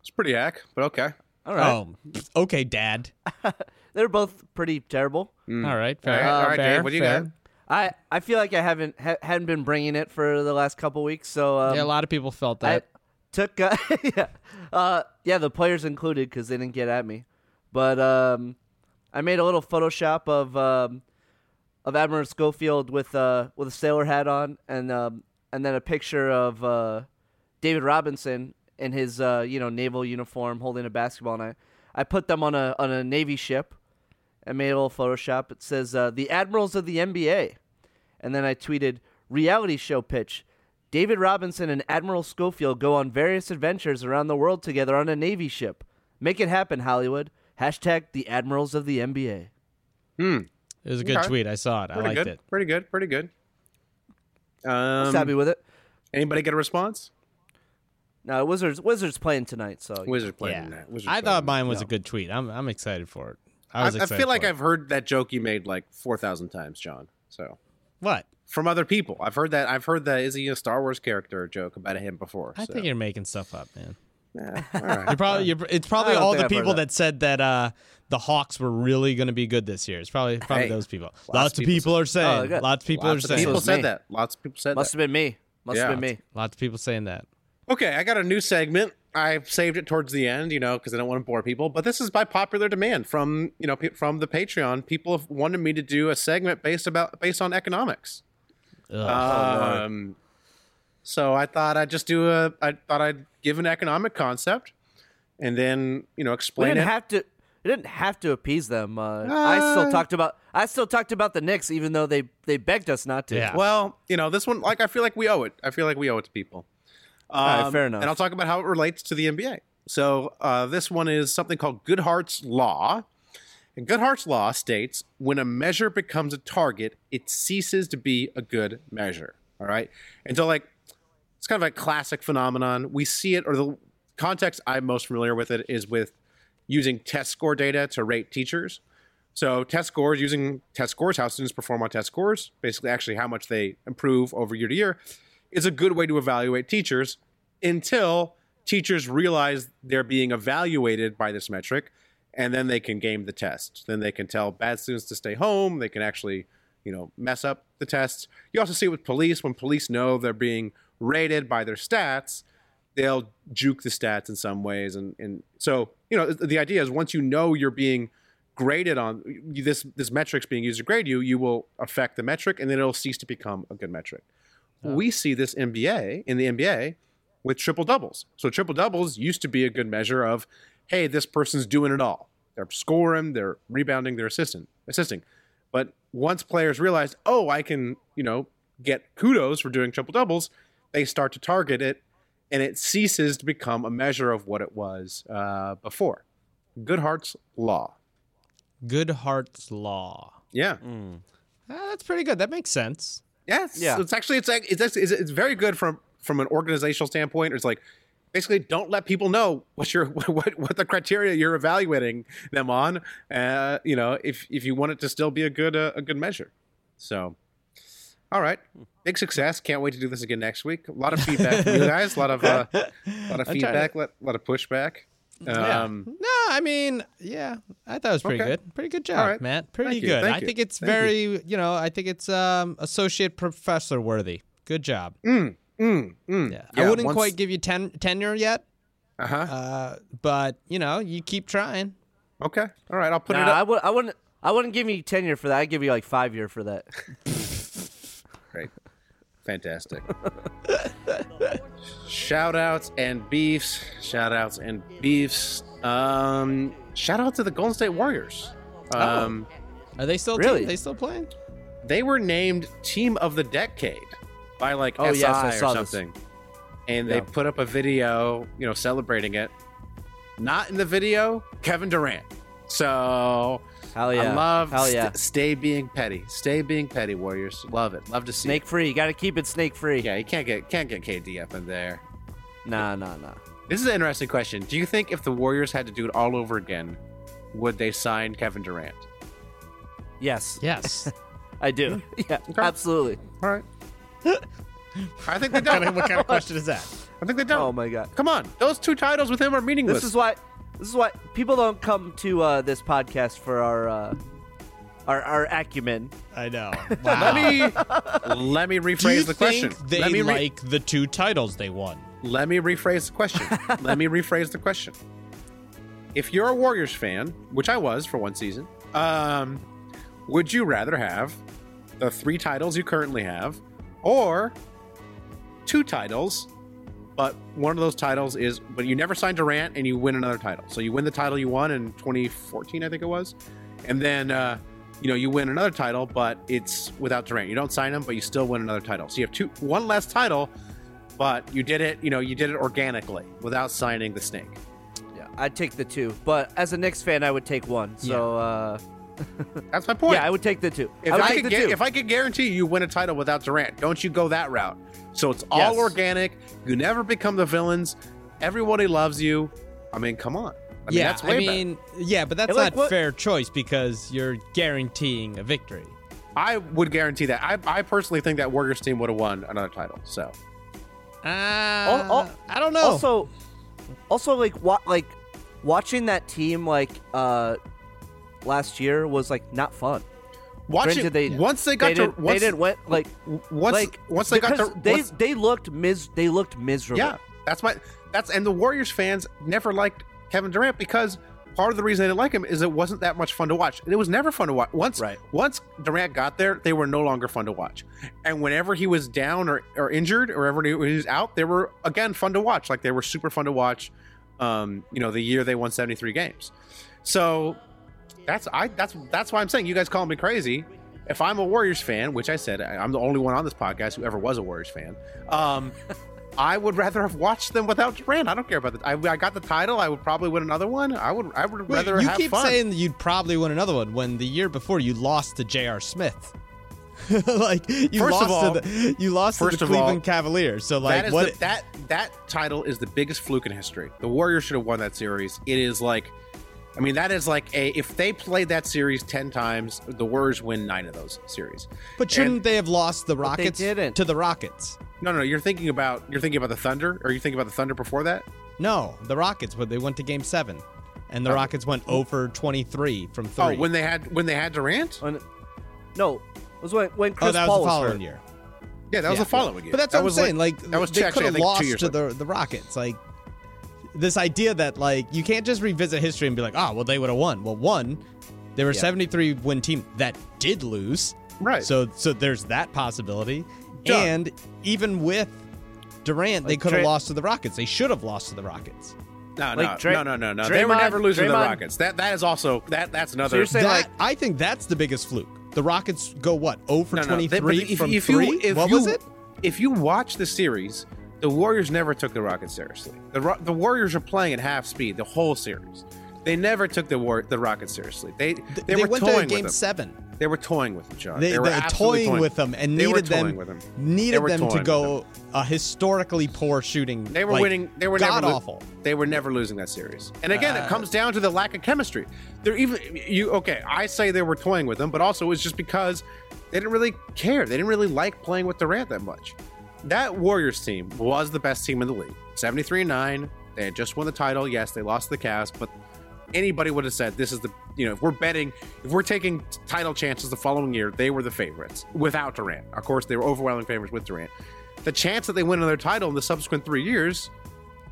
[SPEAKER 7] It's pretty hack, but okay.
[SPEAKER 9] All right.
[SPEAKER 8] Oh, okay, Dad.
[SPEAKER 9] They're both pretty terrible.
[SPEAKER 8] All right, fair.
[SPEAKER 7] Mm. All right, all right,
[SPEAKER 8] fair,
[SPEAKER 7] Dave, what do you
[SPEAKER 8] fair.
[SPEAKER 7] got?
[SPEAKER 9] I I feel like I haven't ha- hadn't been bringing it for the last couple weeks. So um,
[SPEAKER 8] yeah, a lot of people felt
[SPEAKER 9] I
[SPEAKER 8] that.
[SPEAKER 9] took uh, <laughs> yeah, uh, yeah, the players included because they didn't get at me, but um, I made a little Photoshop of um, of Admiral Schofield with uh with a sailor hat on and um and then a picture of uh, David Robinson in his uh you know naval uniform holding a basketball and I, I put them on a on a navy ship. I made a little Photoshop. It says uh, the admirals of the NBA. And then I tweeted, reality show pitch. David Robinson and Admiral Schofield go on various adventures around the world together on a Navy ship. Make it happen, Hollywood. Hashtag the Admirals of the NBA.
[SPEAKER 8] it was a good
[SPEAKER 7] okay.
[SPEAKER 8] tweet. I saw it. I
[SPEAKER 7] Pretty
[SPEAKER 8] liked
[SPEAKER 7] good.
[SPEAKER 8] it.
[SPEAKER 7] Pretty good. Pretty good.
[SPEAKER 9] I was
[SPEAKER 7] Um,
[SPEAKER 9] happy with it.
[SPEAKER 7] anybody get a response?
[SPEAKER 9] No, Wizards Wizards playing tonight, so
[SPEAKER 7] Wizard played
[SPEAKER 8] Yeah.
[SPEAKER 7] in that. Wizard
[SPEAKER 8] I
[SPEAKER 7] played
[SPEAKER 8] thought
[SPEAKER 7] in that.
[SPEAKER 8] mine was a good tweet. I'm I'm excited for it. I
[SPEAKER 7] I,
[SPEAKER 8] was
[SPEAKER 7] I
[SPEAKER 8] excited
[SPEAKER 7] feel like
[SPEAKER 8] for it.
[SPEAKER 7] I've heard that joke you made like four thousand times, John. So
[SPEAKER 8] what?
[SPEAKER 7] from other people, I've heard that. I've heard that is he a Star Wars character joke about him before?
[SPEAKER 8] I
[SPEAKER 7] so.
[SPEAKER 8] think you're making stuff up, man.
[SPEAKER 7] all right.
[SPEAKER 8] You're probably you're, it's probably
[SPEAKER 9] I don't
[SPEAKER 8] all
[SPEAKER 9] think
[SPEAKER 8] the
[SPEAKER 9] I've heard
[SPEAKER 8] people that.
[SPEAKER 9] that.
[SPEAKER 8] said that uh, the Hawks were really going to be good this year. It's probably probably
[SPEAKER 7] Hey,
[SPEAKER 8] those people. Lots,
[SPEAKER 7] lots of
[SPEAKER 8] of
[SPEAKER 7] people Oh,
[SPEAKER 8] people are saying.
[SPEAKER 9] good.
[SPEAKER 8] lots of people
[SPEAKER 7] Lots
[SPEAKER 8] are
[SPEAKER 7] of
[SPEAKER 8] saying.
[SPEAKER 7] people
[SPEAKER 9] This was
[SPEAKER 7] said
[SPEAKER 9] me.
[SPEAKER 7] that. Lots of people said
[SPEAKER 9] must
[SPEAKER 7] that.
[SPEAKER 9] have been me. Must
[SPEAKER 7] Yeah.
[SPEAKER 9] have been me.
[SPEAKER 8] Lots of people saying that.
[SPEAKER 7] Okay, I got a new segment. I saved it towards the end, you know, because I don't want to bore people. But this is by popular demand from you know pe- from the Patreon. People have wanted me to do a segment based about based on economics.
[SPEAKER 9] Oh,
[SPEAKER 7] Um, so I thought I'd just do a. I thought I'd give an economic concept, and then you know
[SPEAKER 9] We
[SPEAKER 7] explain
[SPEAKER 9] didn't
[SPEAKER 7] it.
[SPEAKER 9] have to we didn't have to appease them. Uh, I still talked about I still talked about the Knicks even though they they begged us not to.
[SPEAKER 8] Yeah.
[SPEAKER 7] well, you know, this one like I feel like we owe it. I feel like we owe it to people.
[SPEAKER 9] All right,
[SPEAKER 7] Um,
[SPEAKER 9] fair enough.
[SPEAKER 7] And I'll talk about how it relates to the NBA. So uh, this one is something called Goodhart's Law. And Goodhart's Law states when a measure becomes a target, it ceases to be a good measure. All right. And so, like, it's kind of a classic phenomenon. We see it, or the context I'm most familiar with it is with using test score data to rate teachers. So test scores using test scores, how students perform on test scores, basically actually how much they improve over year to year, is a good way to evaluate teachers until teachers realize they're being evaluated by this metric, and then they can game the test. Then they can tell bad students to stay home. They can actually, you know, mess up the tests. You also see it with police when police know they're being rated by their stats, they'll juke the stats in some ways, and and so you know the idea is once you know you're being graded on this this metric's being used to grade you, you will affect the metric, and then it'll cease to become a good metric. We see this MBA in the NBA with triple doubles. So triple doubles used to be a good measure of, hey, this person's doing it all. They're scoring, they're rebounding, they're assisting, assisting. But once players realize, oh, I can, you know, get kudos for doing triple doubles, they start to target it, and it ceases to become a measure of what it was uh, before. Goodhart's law.
[SPEAKER 8] Goodhart's Law.
[SPEAKER 7] Yeah,
[SPEAKER 8] Ah, that's pretty good. That makes sense.
[SPEAKER 7] yes,
[SPEAKER 9] Yeah.
[SPEAKER 7] It's actually it's like- it's actually- it's, it's very good from from an organizational standpoint. It's like basically don't let people know what your <laughs> what what the criteria you're evaluating them on. Uh, you know, if if you want it to still be a good uh, a good measure. So, all right, big success. Can't wait to do this again next week. A lot of feedback from you guys. A lot of uh, a lot of feedback. A lot, lot of pushback. Um,
[SPEAKER 8] No, I mean, yeah, I thought it was pretty
[SPEAKER 7] Okay.
[SPEAKER 8] good. Pretty good job,
[SPEAKER 7] All right.
[SPEAKER 8] Matt. Pretty
[SPEAKER 7] Thank you.
[SPEAKER 8] good.
[SPEAKER 7] Thank
[SPEAKER 8] I
[SPEAKER 7] you.
[SPEAKER 8] think it's
[SPEAKER 7] Thank you.
[SPEAKER 8] very, you. know, I think it's um, associate professor worthy. Good job.
[SPEAKER 7] mm, mm.
[SPEAKER 8] Yeah.
[SPEAKER 7] Yeah,
[SPEAKER 8] I wouldn't
[SPEAKER 7] once-
[SPEAKER 8] quite give you ten- tenure yet,
[SPEAKER 7] Uh-huh.
[SPEAKER 8] uh, but you know, you keep trying.
[SPEAKER 7] Okay. All right. I'll put
[SPEAKER 9] Nah,
[SPEAKER 7] it up.
[SPEAKER 9] I would. I wouldn't. I wouldn't give you ten year for that. I'd give you like five year for that.
[SPEAKER 7] Great. Fantastic. shout outs and beefs. Shout outs and beefs. Um, shout out to the Golden State Warriors. Um,
[SPEAKER 9] Oh.
[SPEAKER 8] Are they still
[SPEAKER 9] Really?
[SPEAKER 8] they still playing?
[SPEAKER 7] They were named Team of the Decade by like
[SPEAKER 9] Oh,
[SPEAKER 7] SI
[SPEAKER 9] yes, I saw
[SPEAKER 7] or
[SPEAKER 9] this.
[SPEAKER 7] something. And they put up a video, you know, celebrating it. Not in the video, Kevin Durant. So
[SPEAKER 9] Hell Oh, yeah!
[SPEAKER 7] <laughs> I love
[SPEAKER 9] Hell
[SPEAKER 7] st-
[SPEAKER 9] yeah!
[SPEAKER 7] stay being petty. Stay being petty, Warriors. Love it. Love to see it.
[SPEAKER 9] snake free. You got to keep it snake free.
[SPEAKER 7] Yeah, you can't get can't get KD up in there.
[SPEAKER 9] Nah, nah, nah.
[SPEAKER 7] This is an interesting question. Do you think if the Warriors had to do it all over again, would they sign Kevin Durant?
[SPEAKER 9] Yes,
[SPEAKER 8] Yes.
[SPEAKER 9] I do. <laughs> Yeah, absolutely.
[SPEAKER 7] All right. I think
[SPEAKER 9] <laughs>
[SPEAKER 7] they don't.
[SPEAKER 8] <laughs> what kind of question is that?
[SPEAKER 7] I think they don't.
[SPEAKER 9] Oh my god.
[SPEAKER 7] Come on, those two titles with him are meaningless.
[SPEAKER 9] This is why. This is why people don't come to uh, this podcast for our uh, our our acumen.
[SPEAKER 7] <laughs>
[SPEAKER 8] I know.
[SPEAKER 9] <laughs>
[SPEAKER 7] let me let me rephrase
[SPEAKER 8] Do you
[SPEAKER 7] the
[SPEAKER 8] think
[SPEAKER 7] question.
[SPEAKER 8] they
[SPEAKER 7] let me re-
[SPEAKER 8] like the two titles they won?
[SPEAKER 7] let me rephrase the question. let me rephrase the question. If you're a Warriors fan, which I was for one season, um, would you rather have the three titles you currently have, or two titles, but one of those titles is but you never signed Durant and you win another title. So you win the title you won in 2014, I think it was, and then uh, you know you win another title, but it's without Durant. You don't sign him, but you still win another title. So you have two, one less title, but you did it. You know you did it organically without signing the snake.
[SPEAKER 9] Yeah, I'd take the two, but as a Knicks fan, I would take one. So uh,
[SPEAKER 7] That's my point.
[SPEAKER 9] yeah, I would take the two.
[SPEAKER 7] if
[SPEAKER 9] I
[SPEAKER 7] I,
[SPEAKER 9] would take
[SPEAKER 7] could
[SPEAKER 9] the
[SPEAKER 7] gu-
[SPEAKER 9] two.
[SPEAKER 7] if I could guarantee you win a title without Durant, don't you go that route. So it's all
[SPEAKER 8] Yes.
[SPEAKER 7] organic. You never become the villains. Everybody loves you. I mean, come on. I mean,
[SPEAKER 8] yeah,
[SPEAKER 7] that's way
[SPEAKER 8] I
[SPEAKER 7] better.
[SPEAKER 8] mean, yeah, but that's
[SPEAKER 9] And, like,
[SPEAKER 8] not
[SPEAKER 9] what-
[SPEAKER 8] fair choice because you're guaranteeing a victory.
[SPEAKER 7] I would guarantee that. I, I personally think that Warriors team would have won another title. So
[SPEAKER 8] Uh,
[SPEAKER 9] al-
[SPEAKER 8] I don't know.
[SPEAKER 9] Also, also like wa- like watching that team like uh, last year was like not fun.
[SPEAKER 7] watching
[SPEAKER 9] Granted, they
[SPEAKER 7] once they got
[SPEAKER 9] they
[SPEAKER 7] to
[SPEAKER 9] didn't,
[SPEAKER 7] once,
[SPEAKER 9] they didn't win like
[SPEAKER 7] once
[SPEAKER 9] like
[SPEAKER 7] once they got
[SPEAKER 9] because
[SPEAKER 7] to
[SPEAKER 9] they
[SPEAKER 7] once-
[SPEAKER 9] they looked mis they looked miserable.
[SPEAKER 7] yeah that's my that's and the Warriors fans never liked Kevin Durant because part of the reason they didn't like him is it wasn't that much fun to watch. It was never fun to watch. Once
[SPEAKER 9] Right.
[SPEAKER 7] once Durant got there, they were no longer fun to watch. And whenever he was down or, or injured or ever he was out, they were again fun to watch. Like they were super fun to watch. Um, you know, the year they won seventy three games. So that's I that's that's why I'm saying you guys call me crazy. If
[SPEAKER 8] <laughs>
[SPEAKER 7] I'm a Warriors fan, which I said I- I'm the only one on this podcast who ever was a Warriors fan, um, I would rather have watched them without Durant. I don't care about the. I, I got the title. I would probably win another one. I would. I would
[SPEAKER 8] Wait,
[SPEAKER 7] rather
[SPEAKER 8] you
[SPEAKER 7] have
[SPEAKER 8] keep
[SPEAKER 7] fun.
[SPEAKER 8] saying that you'd probably win another one when the year before you lost to J.R. Smith. <laughs> like you
[SPEAKER 7] First
[SPEAKER 8] lost
[SPEAKER 7] of all-
[SPEAKER 8] to the you lost to
[SPEAKER 7] first
[SPEAKER 8] the
[SPEAKER 7] of all,
[SPEAKER 8] Cleveland Cavaliers. So
[SPEAKER 7] That
[SPEAKER 8] like
[SPEAKER 7] is
[SPEAKER 8] what
[SPEAKER 7] the- that that title is the biggest fluke in history. The Warriors should have won that series. It is like, I mean, that is like a if they played that series ten times, the Warriors win nine of those series.
[SPEAKER 8] But shouldn't they have lost the
[SPEAKER 9] they
[SPEAKER 8] Rockets
[SPEAKER 9] didn't.
[SPEAKER 8] to the Rockets?
[SPEAKER 7] No, no, you're thinking about you're thinking about the Thunder. Are you thinking about the Thunder before that?
[SPEAKER 8] No, the Rockets when they went to game 7 and the Rockets went over 23 from 3.
[SPEAKER 7] Oh, when they had when they had Durant.
[SPEAKER 9] When- no, it was when, when Chris
[SPEAKER 8] Oh, that was
[SPEAKER 9] Paul
[SPEAKER 8] the
[SPEAKER 9] hurt.
[SPEAKER 8] following year.
[SPEAKER 7] Yeah, that was
[SPEAKER 8] Yeah.
[SPEAKER 7] the following year.
[SPEAKER 8] But that's
[SPEAKER 7] That
[SPEAKER 8] what I'm
[SPEAKER 7] was
[SPEAKER 8] saying. Like,
[SPEAKER 7] that was
[SPEAKER 8] they
[SPEAKER 7] actually,
[SPEAKER 8] could
[SPEAKER 7] I
[SPEAKER 8] have
[SPEAKER 7] think, two
[SPEAKER 8] lost
[SPEAKER 7] years
[SPEAKER 8] to
[SPEAKER 7] later.
[SPEAKER 8] the, the Rockets. Like this idea that like you can't just revisit history and be like, oh, well, they would have won. Well, one, they were a 73 win team that did lose.
[SPEAKER 7] Right.
[SPEAKER 8] So so there's that possibility.
[SPEAKER 7] Done.
[SPEAKER 8] And even with Durant, they
[SPEAKER 9] Like,
[SPEAKER 8] could have
[SPEAKER 9] Dra-
[SPEAKER 8] lost to the Rockets. They should have lost to the Rockets.
[SPEAKER 7] no,
[SPEAKER 9] like
[SPEAKER 7] no,
[SPEAKER 9] Dra-
[SPEAKER 7] no, no, no, no. They were
[SPEAKER 9] Draymond-
[SPEAKER 7] never losing to the
[SPEAKER 9] Draymond-
[SPEAKER 7] Rockets. That that is also that that's
[SPEAKER 9] So
[SPEAKER 7] another.
[SPEAKER 9] you're saying
[SPEAKER 8] That-
[SPEAKER 9] like
[SPEAKER 8] I think that's the biggest fluke. The Rockets go what? 0 for
[SPEAKER 7] No, no, they- but
[SPEAKER 8] 23
[SPEAKER 7] if-
[SPEAKER 8] from
[SPEAKER 7] if you-
[SPEAKER 8] 3?
[SPEAKER 7] if
[SPEAKER 8] what
[SPEAKER 7] you-
[SPEAKER 8] was it?
[SPEAKER 7] If you watch the series, the Warriors never took the Rockets seriously. The Ro- the Warriors are playing at half speed the whole series. They never took the war the Rockets seriously. They they,
[SPEAKER 8] They,
[SPEAKER 7] were
[SPEAKER 8] went
[SPEAKER 7] toying
[SPEAKER 8] to game
[SPEAKER 7] with them.
[SPEAKER 8] 7.
[SPEAKER 7] They were toying with them, John.
[SPEAKER 8] Uh, They,
[SPEAKER 7] were
[SPEAKER 8] they were
[SPEAKER 7] absolutely
[SPEAKER 8] toying with them and
[SPEAKER 7] They were
[SPEAKER 8] needed
[SPEAKER 7] toying
[SPEAKER 8] them,
[SPEAKER 7] with them. They
[SPEAKER 8] needed
[SPEAKER 7] were
[SPEAKER 8] them
[SPEAKER 7] toying
[SPEAKER 8] to
[SPEAKER 7] with
[SPEAKER 8] go a historically poor shooting.
[SPEAKER 7] They were
[SPEAKER 8] like,
[SPEAKER 7] winning. They were
[SPEAKER 8] god
[SPEAKER 7] never lo-
[SPEAKER 8] awful.
[SPEAKER 7] They were never losing that series. And again, it comes down to the lack of chemistry. They're even you. Okay, I say they were toying with them, but also it was just because they didn't really care. They didn't really like playing with Durant that much. That Warriors team was the best team in the league. Seventy-three nine. They had just won the title. Yes, they lost to the Cavs, but anybody would have said this is the you know if we're betting if we're taking title chances the following year they were the favorites without Durant of course they were overwhelming favorites with Durant the chance that they win another title in the subsequent three years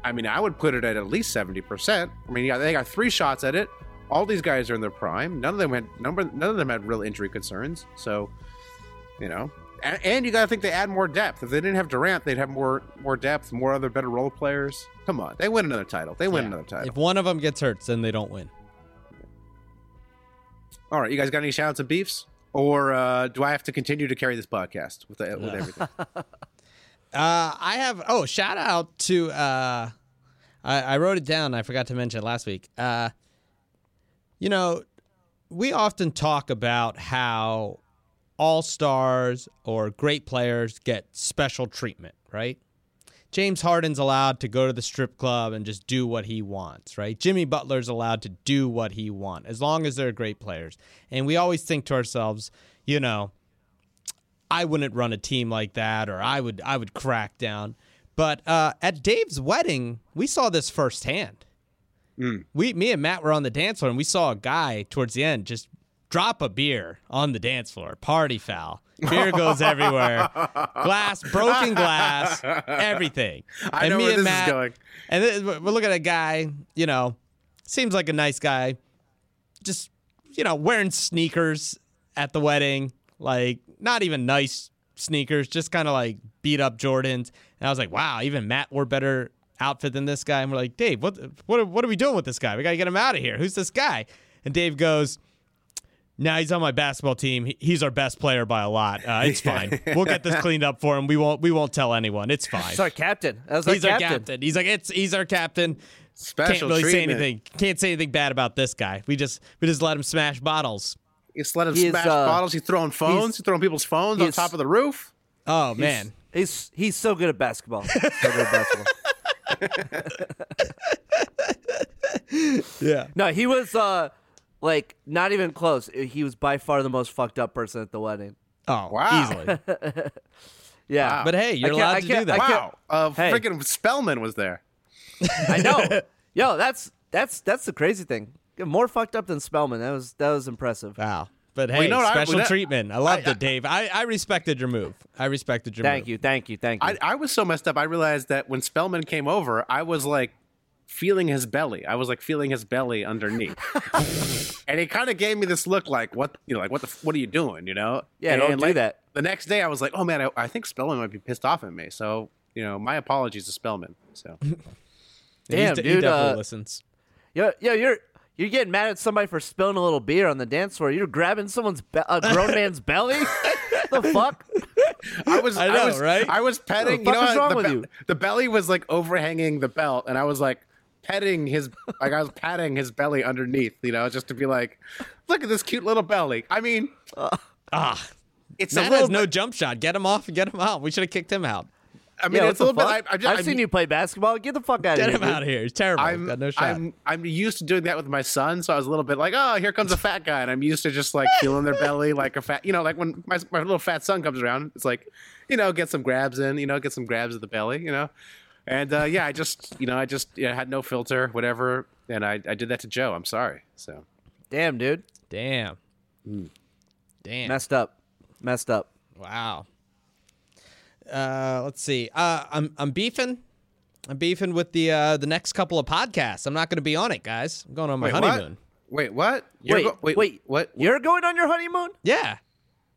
[SPEAKER 7] I mean I would put it at at least 70% I mean yeah, they got three shots at it all these guys are in their prime none of them had number none of them had real injury concerns so you know and, and you gotta think they add more depth if they didn't have Durant they'd have more more depth more other better role players come on they win another title they win
[SPEAKER 8] Yeah.
[SPEAKER 7] another title
[SPEAKER 8] If one of them gets hurt, then they don't win.
[SPEAKER 7] All right, you guys got any shout outs and beefs? Or uh, do I have to continue to carry this podcast with, the,
[SPEAKER 9] <laughs>
[SPEAKER 7] with everything?
[SPEAKER 8] Uh, I have oh shout out to uh, I, I wrote it down. I forgot to mention it last week. Uh, you know, we often talk about how all stars or great players get special treatment, right? James Harden's allowed to go to the strip club and just do what he wants, right? Jimmy Butler's allowed to do what he wants as long as they're great players. And we always think to ourselves, you know, I wouldn't run a team like that, or I would I would crack down. But uh, at Dave's wedding, we saw this firsthand.
[SPEAKER 7] Hmm.
[SPEAKER 8] We, me and Matt were on the dance floor, and we saw a guy towards the end just drop a beer on the dance floor. Party foul.
[SPEAKER 7] <laughs>
[SPEAKER 8] Beer goes everywhere. glass, broken glass, everything.
[SPEAKER 7] I know where this is going.
[SPEAKER 8] And then we're looking at a guy, you know, seems like a nice guy, just you know wearing sneakers at the wedding like not even nice sneakers just kind of like beat up jordans and i was like wow even matt wore better outfit than this guy and we're like dave what what are, what are we doing with this guy we gotta get him out of here who's this guy and dave goes now he's on my basketball team. He- He's our best player by a lot. Uh, it's fine. We'll get this cleaned up for him. We won't. We won't tell anyone. It's fine.
[SPEAKER 9] he's our captain. That was
[SPEAKER 8] he's
[SPEAKER 9] our
[SPEAKER 8] our captain. He's like it's. He's our captain
[SPEAKER 7] Special
[SPEAKER 8] can't really
[SPEAKER 7] treatment.
[SPEAKER 8] say anything. Can't say anything bad about this guy. We just we just let him smash bottles.
[SPEAKER 7] You just let him
[SPEAKER 9] He is,
[SPEAKER 7] smash
[SPEAKER 9] uh,
[SPEAKER 7] bottles. He's throwing phones.
[SPEAKER 9] he's-
[SPEAKER 7] He's throwing people's phones
[SPEAKER 9] he
[SPEAKER 7] on
[SPEAKER 9] is-
[SPEAKER 7] top of the roof.
[SPEAKER 8] Oh man,
[SPEAKER 9] He's he's so good at basketball. So good at basketball.
[SPEAKER 8] <laughs>
[SPEAKER 7] <laughs>
[SPEAKER 8] yeah.
[SPEAKER 9] No, he was uh like not even close. He was by far the most fucked up person at the wedding.
[SPEAKER 8] Oh
[SPEAKER 7] Wow.
[SPEAKER 8] easily.
[SPEAKER 9] Yeah,
[SPEAKER 8] But hey, you're
[SPEAKER 9] I can't-
[SPEAKER 8] allowed
[SPEAKER 9] I
[SPEAKER 8] to
[SPEAKER 9] can't-
[SPEAKER 8] do that.
[SPEAKER 9] I can't-
[SPEAKER 7] Wow. Uh,
[SPEAKER 9] Hey.
[SPEAKER 7] Freaking Spellman was there.
[SPEAKER 9] I
[SPEAKER 8] <laughs>
[SPEAKER 9] know. Yo, that's that's that's the crazy thing. More fucked up than Spellman. That was that was impressive.
[SPEAKER 8] Wow. But hey,
[SPEAKER 7] know what I-
[SPEAKER 8] special
[SPEAKER 7] well, that-
[SPEAKER 8] treatment. I loved it, Dave. I, I respected your move. I respected your
[SPEAKER 9] Thank
[SPEAKER 8] move.
[SPEAKER 9] you, thank you, thank you.
[SPEAKER 7] I, I was so messed up. I realized that when Spellman came over, I was like feeling his belly. I was like feeling his
[SPEAKER 9] <laughs>
[SPEAKER 7] belly underneath. and he kind of gave me this look like, what, you know, like, what the, f- what are you doing, you know?
[SPEAKER 9] Yeah,
[SPEAKER 7] and,
[SPEAKER 9] don't
[SPEAKER 7] and
[SPEAKER 9] do
[SPEAKER 7] like,
[SPEAKER 9] that.
[SPEAKER 7] The next day, I was like, oh man, I, I think Spellman might be pissed off at me. So, you know, my apologies to Spellman. So.
[SPEAKER 8] He
[SPEAKER 9] Damn,
[SPEAKER 8] de- he
[SPEAKER 9] dude,
[SPEAKER 8] definitely
[SPEAKER 9] uh,
[SPEAKER 8] listens.
[SPEAKER 9] yo, yo, you're you're getting
[SPEAKER 7] <laughs>
[SPEAKER 9] mad at somebody for spilling a little beer on the dance floor. You're grabbing someone's be- a grown man's belly. <laughs> the fuck?
[SPEAKER 7] I was,
[SPEAKER 8] I
[SPEAKER 7] I,
[SPEAKER 8] know,
[SPEAKER 7] was,
[SPEAKER 8] right?
[SPEAKER 7] I was petting.
[SPEAKER 9] The
[SPEAKER 7] you know,
[SPEAKER 9] fuck is
[SPEAKER 7] how
[SPEAKER 9] wrong
[SPEAKER 7] the,
[SPEAKER 9] with
[SPEAKER 7] be-
[SPEAKER 9] you?
[SPEAKER 7] the belly was like overhanging the belt, and I was like petting his, like I was patting his belly underneath. You know, just to be like, look at this cute little belly. I mean,
[SPEAKER 8] Ah,
[SPEAKER 7] it's a
[SPEAKER 8] Matt
[SPEAKER 7] little.
[SPEAKER 8] has no
[SPEAKER 7] bit-
[SPEAKER 8] jump shot. Get him off. Get him out. We should have kicked him out.
[SPEAKER 7] I mean,
[SPEAKER 9] yeah,
[SPEAKER 7] it's a
[SPEAKER 9] what
[SPEAKER 7] little
[SPEAKER 9] the
[SPEAKER 7] bit. I,
[SPEAKER 9] fuck?
[SPEAKER 7] I,
[SPEAKER 9] I've seen you play basketball. Get the fuck out
[SPEAKER 8] Get
[SPEAKER 9] of here.
[SPEAKER 8] him out of here. He's terrible.
[SPEAKER 7] I'm,
[SPEAKER 8] Got no shot.
[SPEAKER 7] I'm I'm used to doing that with my son, so I was a little bit like, oh, here comes a fat guy, and I'm used to just like feeling their belly like a fat, you know, like when my, my little fat son comes around, it's like, you know, get some grabs in, you know, get some grabs of the belly, you know, and uh, yeah, I just, you know, I just you know, had no filter, whatever, and I, I did that to Joe. I'm sorry. So
[SPEAKER 9] Damn, dude.
[SPEAKER 8] Damn. Damn.
[SPEAKER 9] Messed up. Messed up.
[SPEAKER 8] Wow. Uh, let's see. Uh, I'm I'm beefing. I'm beefing with the uh, the next couple of podcasts. I'm not going to be on it, guys. I'm going on my
[SPEAKER 7] Wait, what?
[SPEAKER 8] honeymoon.
[SPEAKER 7] Wait, what?
[SPEAKER 9] Wait,
[SPEAKER 7] You're go-
[SPEAKER 9] wait,
[SPEAKER 7] what?
[SPEAKER 9] You're going on your honeymoon?
[SPEAKER 8] Yeah,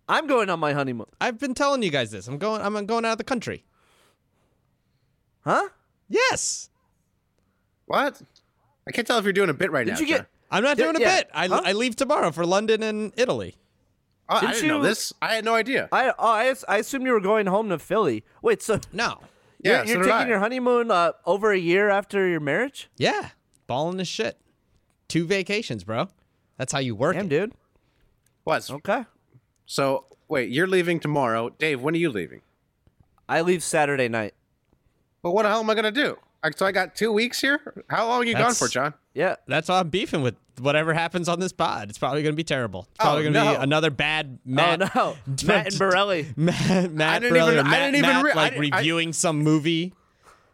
[SPEAKER 9] I'm going on my honeymoon.
[SPEAKER 8] I've been telling you guys this. I'm going. I'm going out of the country.
[SPEAKER 9] Huh?
[SPEAKER 8] Yes.
[SPEAKER 7] What? I can't tell if you're doing a bit right now.
[SPEAKER 9] Did you get
[SPEAKER 7] Joe.
[SPEAKER 8] I'm not
[SPEAKER 9] Yeah,
[SPEAKER 8] doing a
[SPEAKER 9] yeah.
[SPEAKER 8] bit. I,
[SPEAKER 9] Huh?
[SPEAKER 8] I leave tomorrow for London and Italy.
[SPEAKER 7] Oh, I
[SPEAKER 9] didn't
[SPEAKER 7] didn't know
[SPEAKER 9] you-
[SPEAKER 7] this. I had no idea.
[SPEAKER 9] I oh, I, as- I assume you were going home to Philly. Wait, so
[SPEAKER 8] No.
[SPEAKER 7] yeah,
[SPEAKER 9] you're,
[SPEAKER 7] so did
[SPEAKER 9] you're
[SPEAKER 7] I.
[SPEAKER 9] taking your honeymoon uh, over a year after your marriage?
[SPEAKER 8] Yeah. Balling as shit. Two vacations, bro. That's how you work.
[SPEAKER 9] Damn,
[SPEAKER 8] it.
[SPEAKER 9] dude.
[SPEAKER 7] What?
[SPEAKER 9] Okay.
[SPEAKER 7] So wait, you're leaving tomorrow, Dave. When are you leaving?
[SPEAKER 9] I leave Saturday night.
[SPEAKER 7] But what the hell am I gonna do? I, so I got two weeks here. How long are you
[SPEAKER 8] That's-
[SPEAKER 7] gone for, John?
[SPEAKER 9] Yeah.
[SPEAKER 8] That's why I'm beefing with whatever happens on this pod. It's probably going to be terrible. It's
[SPEAKER 7] Oh,
[SPEAKER 8] probably going to
[SPEAKER 7] no.
[SPEAKER 8] be another bad Matt. <laughs>
[SPEAKER 9] oh no, <laughs> Matt and Barelli.
[SPEAKER 8] Matt, Matt,
[SPEAKER 7] didn't
[SPEAKER 8] Borelli or
[SPEAKER 7] even- I
[SPEAKER 8] Matt,
[SPEAKER 7] didn't even
[SPEAKER 8] Matt,
[SPEAKER 7] re- I
[SPEAKER 8] like
[SPEAKER 7] didn't- I-
[SPEAKER 8] reviewing some movie.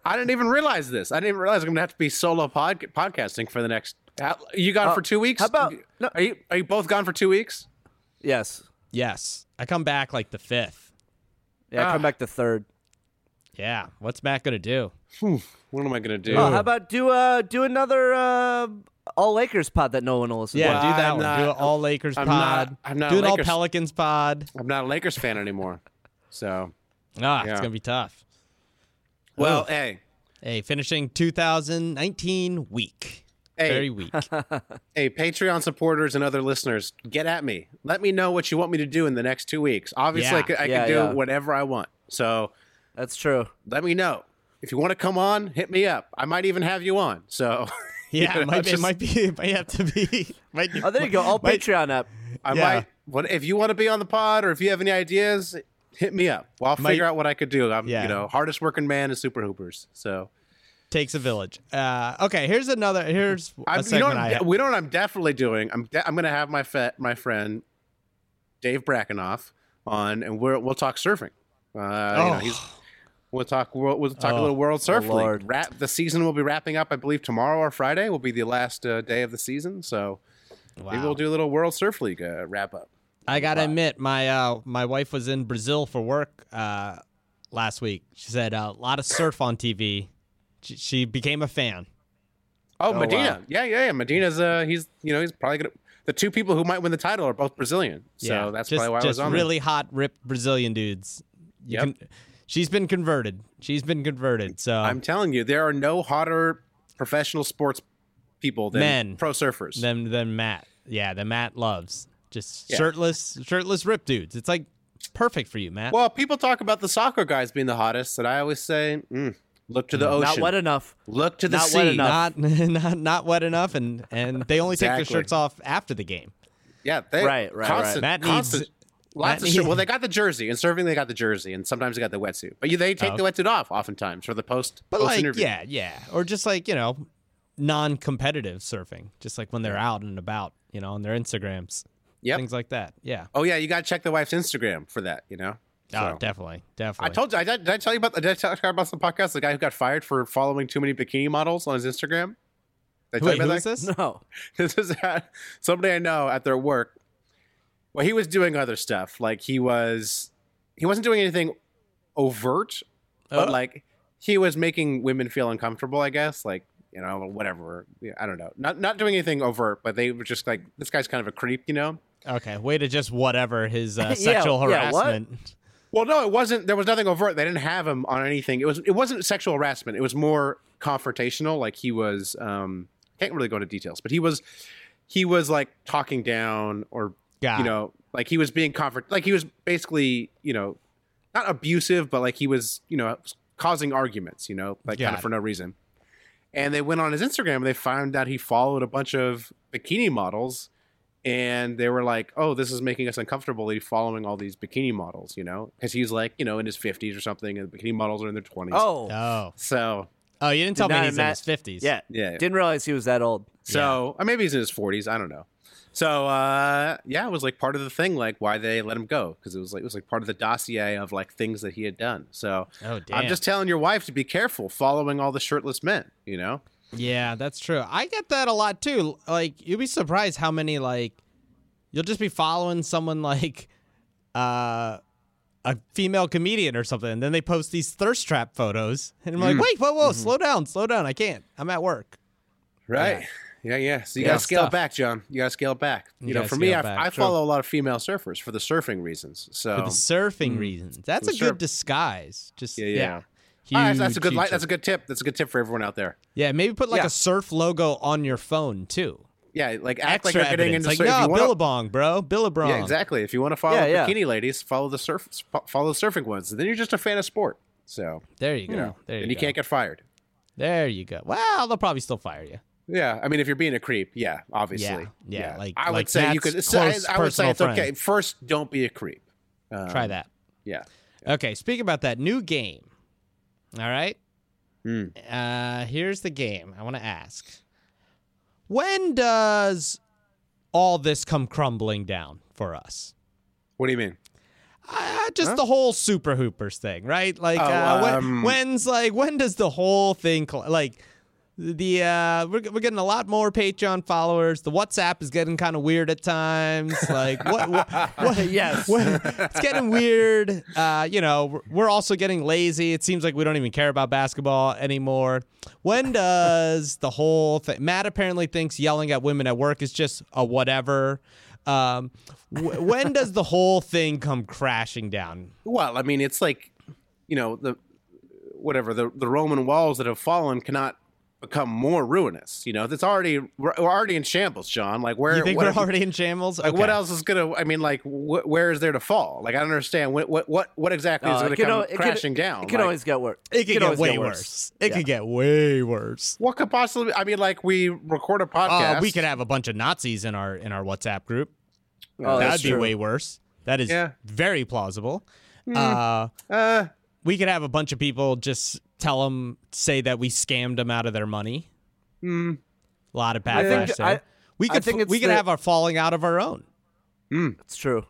[SPEAKER 7] I didn't even realize this. I didn't even realize I'm gonna have to be solo pod, podcasting for the next. How, you gone
[SPEAKER 9] Uh,
[SPEAKER 7] for two weeks?
[SPEAKER 9] how about- no.
[SPEAKER 7] Are you are you both gone for two weeks?
[SPEAKER 9] Yes.
[SPEAKER 8] Yes, I come back like the fifth.
[SPEAKER 9] Yeah.
[SPEAKER 7] Ah.
[SPEAKER 9] Come back the third.
[SPEAKER 8] Yeah, what's Matt gonna do?
[SPEAKER 7] What am I gonna do?
[SPEAKER 9] Oh, how about do uh do another uh all Lakers pod that no one will listen?
[SPEAKER 8] Yeah,
[SPEAKER 9] to?
[SPEAKER 8] do that
[SPEAKER 7] I'm
[SPEAKER 8] one.
[SPEAKER 7] not-
[SPEAKER 8] do an all Lakers
[SPEAKER 7] I'm
[SPEAKER 8] pod.
[SPEAKER 7] not- I'm not
[SPEAKER 8] do
[SPEAKER 7] a
[SPEAKER 8] an all
[SPEAKER 7] Lakers-
[SPEAKER 8] Pelicans pod.
[SPEAKER 7] I'm not a Lakers fan anymore. So
[SPEAKER 8] Ah,
[SPEAKER 7] Yeah.
[SPEAKER 8] it's gonna be tough.
[SPEAKER 7] well, hey,
[SPEAKER 8] Hey, finishing 2019 week.
[SPEAKER 7] Hey.
[SPEAKER 8] Very <laughs> weak.
[SPEAKER 7] hey, Patreon supporters and other listeners, get at me. Let me know what you want me to do in the next two weeks. Obviously, I
[SPEAKER 8] Yeah.
[SPEAKER 7] could, I
[SPEAKER 9] Yeah,
[SPEAKER 7] can do
[SPEAKER 9] yeah.
[SPEAKER 7] whatever I want. So
[SPEAKER 9] That's true.
[SPEAKER 7] let me know if you want to come on. Hit me up. I might even have you on. So. <laughs>
[SPEAKER 8] Yeah,
[SPEAKER 7] You
[SPEAKER 8] it,
[SPEAKER 7] know,
[SPEAKER 8] might, be it
[SPEAKER 7] just-
[SPEAKER 8] might be. It might have to be. Might, <laughs>
[SPEAKER 9] Oh, there you go. All
[SPEAKER 8] might-
[SPEAKER 9] Patreon up.
[SPEAKER 7] I
[SPEAKER 8] Yeah.
[SPEAKER 7] might. What if you want to be on the pod, or if you have any ideas, hit me up. Well, I'll
[SPEAKER 8] Might-
[SPEAKER 7] figure out what I could do. I'm,
[SPEAKER 8] Yeah.
[SPEAKER 7] you know, hardest working man in Super Hoopers. So
[SPEAKER 8] Takes a village. Uh, okay, here's another. Here's a
[SPEAKER 7] I'm, you know,
[SPEAKER 8] segment
[SPEAKER 7] what
[SPEAKER 8] I
[SPEAKER 7] I'm-
[SPEAKER 8] have.
[SPEAKER 7] we know what I'm definitely doing. I'm, de- I'm going to have my fe- my friend Dave Brackenoff on, and we're, we'll talk surfing. Uh, you know, he's,
[SPEAKER 8] Oh.
[SPEAKER 7] we'll talk. We'll, we'll talk a little World Surf
[SPEAKER 9] Lord.
[SPEAKER 7] League. Wrap the season will be wrapping up. I believe tomorrow or Friday will be the last uh, day of the season. So maybe
[SPEAKER 8] Wow.
[SPEAKER 7] we'll do a little World Surf League uh, wrap up.
[SPEAKER 8] I gotta admit, my uh, my wife was in Brazil for work uh, last week. She said uh, a lot of surf on TV. She, she became a fan.
[SPEAKER 7] Oh, Medina. Yeah, yeah, yeah. Medina's uh he's you know, he's probably gonna the two people who might win the title are both Brazilian. So
[SPEAKER 8] yeah,
[SPEAKER 7] that's
[SPEAKER 8] just,
[SPEAKER 7] probably why I
[SPEAKER 8] just
[SPEAKER 7] was on
[SPEAKER 8] really hot, ripped Brazilian dudes. You
[SPEAKER 7] Yep.
[SPEAKER 8] can- she's been converted. She's been converted. So
[SPEAKER 7] there. I'm telling you, there are no hotter professional sports people than
[SPEAKER 8] Men.
[SPEAKER 7] pro surfers.
[SPEAKER 8] then then Matt, yeah, the Matt loves just
[SPEAKER 7] Yeah.
[SPEAKER 8] shirtless shirtless ripped dudes. It's like perfect for you, Matt.
[SPEAKER 7] Well, people talk about the soccer guys being the hottest, and I always say, mm, look to the
[SPEAKER 9] Not
[SPEAKER 7] ocean.
[SPEAKER 9] wet enough.
[SPEAKER 7] look to the
[SPEAKER 9] not
[SPEAKER 7] sea.
[SPEAKER 9] wet enough.
[SPEAKER 8] not <laughs> not not wet enough, and and they only take
[SPEAKER 7] Exactly.
[SPEAKER 8] their shirts off after the game.
[SPEAKER 7] Yeah, they,
[SPEAKER 9] Right, right, right.
[SPEAKER 7] constant,
[SPEAKER 8] Matt
[SPEAKER 7] constant-
[SPEAKER 8] needs-
[SPEAKER 7] Lots
[SPEAKER 8] Matt
[SPEAKER 7] of shit.
[SPEAKER 8] need-
[SPEAKER 7] Well, they got the jersey, and surfing they got the jersey, and sometimes they got the wetsuit. But you, they take
[SPEAKER 8] Oh.
[SPEAKER 7] the wetsuit off oftentimes for the post.
[SPEAKER 8] But
[SPEAKER 7] post
[SPEAKER 8] like,
[SPEAKER 7] interview.
[SPEAKER 8] yeah, yeah, or just like you know, non-competitive surfing, just like when they're out and about, you know, on their Instagrams,
[SPEAKER 7] Yep.
[SPEAKER 8] things like that. Yeah,
[SPEAKER 7] Oh yeah, you got to check the wife's Instagram for that. You know.
[SPEAKER 8] oh,
[SPEAKER 7] So-
[SPEAKER 8] definitely,
[SPEAKER 7] I
[SPEAKER 8] definitely.
[SPEAKER 7] told you. I did, did I tell you about? Did I talk about the podcast? The guy who got fired for following too many bikini models on his Instagram. Did I tell
[SPEAKER 8] Wait,
[SPEAKER 7] you about
[SPEAKER 8] who
[SPEAKER 7] that?
[SPEAKER 8] is
[SPEAKER 7] <laughs>
[SPEAKER 8] this?
[SPEAKER 9] No.
[SPEAKER 7] this is somebody I know at their work. Well, he was doing other stuff. Like he was, he wasn't doing anything overt, but
[SPEAKER 8] Oh.
[SPEAKER 7] like he was making women feel uncomfortable. I guess, like you know, whatever. Yeah, I don't know. Not not doing anything overt, but they were just like, this guy's kind of a creep, you know.
[SPEAKER 8] Okay, way to just whatever his uh,
[SPEAKER 7] <laughs>
[SPEAKER 9] Yeah,
[SPEAKER 8] sexual
[SPEAKER 9] yeah, what?
[SPEAKER 8] harassment.
[SPEAKER 7] Well, no, it wasn't. There was nothing overt. They didn't have him on anything. It was. It wasn't sexual harassment. It was more confrontational. Like he was. Um, I can't really go into details, but he was. He was like talking down or
[SPEAKER 8] Got
[SPEAKER 7] you
[SPEAKER 8] it.
[SPEAKER 7] know Like he was being comfort, like he was basically, you know, not abusive, but like he was, you know, causing arguments, you know, like kind
[SPEAKER 8] Got
[SPEAKER 7] of
[SPEAKER 8] it.
[SPEAKER 7] for no reason. And they went on his Instagram and they found out he followed a bunch of bikini models, and they were like, "Oh, this is making us uncomfortable." He's following all these bikini models, you know, because he's like, you know, in his fifties or something, and the bikini models are in their twenties.
[SPEAKER 9] Oh,
[SPEAKER 8] Oh,
[SPEAKER 7] so
[SPEAKER 8] oh, you didn't tell
[SPEAKER 9] Not
[SPEAKER 8] me he's in
[SPEAKER 9] ima-
[SPEAKER 8] his fifties.
[SPEAKER 9] yeah.
[SPEAKER 7] Yeah.
[SPEAKER 9] Didn't realize he was that old.
[SPEAKER 7] So or maybe he's in his forties. I don't know. So uh, yeah, it was like part of the thing, like why they let him go, because it was like it was like part of the dossier of like things that he had done. So
[SPEAKER 8] Oh,
[SPEAKER 7] I'm
[SPEAKER 8] damn.
[SPEAKER 7] just telling your wife to be careful following all the shirtless men. You know,
[SPEAKER 8] Yeah, that's true. I get that a lot too. Like you'd be surprised how many like you'll just be following someone like uh a female comedian or something, and then they post these thirst trap photos, and I'm like,
[SPEAKER 7] Mm.
[SPEAKER 8] wait, whoa, whoa,
[SPEAKER 7] Mm-hmm.
[SPEAKER 8] slow down, slow down, I can't, I'm at work.
[SPEAKER 7] right? Yeah, yeah. So you
[SPEAKER 8] Yeah,
[SPEAKER 7] gotta scale
[SPEAKER 8] stuff.
[SPEAKER 7] back, John. You gotta scale back. You, know,
[SPEAKER 8] gotta
[SPEAKER 7] for me,
[SPEAKER 8] scale
[SPEAKER 7] I,
[SPEAKER 8] back,
[SPEAKER 7] I
[SPEAKER 8] true.
[SPEAKER 7] follow a lot of female surfers for the surfing reasons. So
[SPEAKER 8] For the surfing reasons, that's
[SPEAKER 7] Oh. Mm. For the
[SPEAKER 8] a
[SPEAKER 7] surf-
[SPEAKER 8] good disguise. Just yeah,
[SPEAKER 7] yeah. All
[SPEAKER 8] Huge,
[SPEAKER 7] right, that's a good
[SPEAKER 8] huge
[SPEAKER 7] light.
[SPEAKER 8] surf-
[SPEAKER 7] That's a good tip. That's a good tip for everyone out there.
[SPEAKER 8] yeah. Maybe put like
[SPEAKER 7] Yeah.
[SPEAKER 8] a surf logo on your phone too.
[SPEAKER 7] Yeah, like act
[SPEAKER 8] Extra
[SPEAKER 7] like you're getting
[SPEAKER 8] evidence.
[SPEAKER 7] into
[SPEAKER 8] like
[SPEAKER 7] sur- if
[SPEAKER 8] no,
[SPEAKER 7] you wanna-
[SPEAKER 8] Billabong, bro, Billabong.
[SPEAKER 7] Yeah, exactly. If you want to follow
[SPEAKER 9] Yeah, yeah.
[SPEAKER 7] bikini ladies, follow the surf, fo- follow the surfing ones. Then you're just a fan of sport. So
[SPEAKER 8] There you go.
[SPEAKER 7] you know,
[SPEAKER 8] Hmm, There you
[SPEAKER 7] and you
[SPEAKER 8] go.
[SPEAKER 7] can't get fired.
[SPEAKER 8] There you go. Well, they'll probably still fire you.
[SPEAKER 7] Yeah, I mean, if you're being a creep, yeah, obviously.
[SPEAKER 8] yeah, like-
[SPEAKER 7] I would
[SPEAKER 8] like
[SPEAKER 7] say you
[SPEAKER 8] that's
[SPEAKER 7] could. so I,
[SPEAKER 8] close
[SPEAKER 7] I would say
[SPEAKER 8] personal
[SPEAKER 7] it's okay.
[SPEAKER 8] friend.
[SPEAKER 7] First, don't be a creep. Um,
[SPEAKER 8] Try that.
[SPEAKER 7] Yeah.
[SPEAKER 8] Okay, speak about that new game. All right.
[SPEAKER 7] Hmm.
[SPEAKER 8] Uh, here's the game. I want to ask. When does all this come crumbling down for us?
[SPEAKER 7] What do you mean?
[SPEAKER 8] Uh, just the whole Super Hoopers thing, right? Like, uh, when,
[SPEAKER 7] um,
[SPEAKER 8] when's like when does the whole thing cl- like the uh we're, we're getting a lot more Patreon followers. The WhatsApp is getting kind of weird at times. Like, what? what, what
[SPEAKER 9] Yes.
[SPEAKER 8] well, it's getting weird. Uh, you know, we're- we're also getting lazy. It seems like we don't even care about basketball anymore. When does the whole thing? Matt apparently thinks yelling at women at work is just a whatever. Um, w- when does the whole thing come crashing down?
[SPEAKER 7] Well, I mean, it's like, you know, the whatever the the Roman walls that have fallen cannot become more ruinous. You know, that's already we're we're already in shambles, John. Like where
[SPEAKER 8] You think
[SPEAKER 7] what
[SPEAKER 8] we're
[SPEAKER 7] if-
[SPEAKER 8] already in shambles?
[SPEAKER 7] Like what
[SPEAKER 8] Okay.
[SPEAKER 7] else is gonna? I mean, like wh- where is there to fall? Like I don't understand what what what, what exactly is
[SPEAKER 9] Uh,
[SPEAKER 7] gonna
[SPEAKER 9] it can
[SPEAKER 7] come
[SPEAKER 9] al- it can-
[SPEAKER 7] crashing down?
[SPEAKER 9] It could
[SPEAKER 7] Like,
[SPEAKER 9] always get worse.
[SPEAKER 8] It could get
[SPEAKER 9] always
[SPEAKER 8] way worse. It could get way worse.
[SPEAKER 7] what could possibly? I mean, like we record a podcast.
[SPEAKER 8] Uh, we could have a bunch of Nazis in our in our WhatsApp group.
[SPEAKER 9] Oh,
[SPEAKER 8] That'd
[SPEAKER 9] that's
[SPEAKER 8] be
[SPEAKER 9] true.
[SPEAKER 8] way worse. That is
[SPEAKER 7] Yeah. Hmm.
[SPEAKER 8] very plausible. Uh,
[SPEAKER 7] Uh,
[SPEAKER 8] we could have a bunch of people just tell them say that we scammed them out of their money.
[SPEAKER 7] Hmm.
[SPEAKER 8] A lot of
[SPEAKER 9] I
[SPEAKER 8] backlash
[SPEAKER 9] think-
[SPEAKER 8] there.
[SPEAKER 9] I-
[SPEAKER 8] we
[SPEAKER 9] I
[SPEAKER 8] could
[SPEAKER 9] think
[SPEAKER 8] f-
[SPEAKER 9] it's
[SPEAKER 8] we could
[SPEAKER 9] the-
[SPEAKER 8] have our falling out of our own.
[SPEAKER 9] It's true.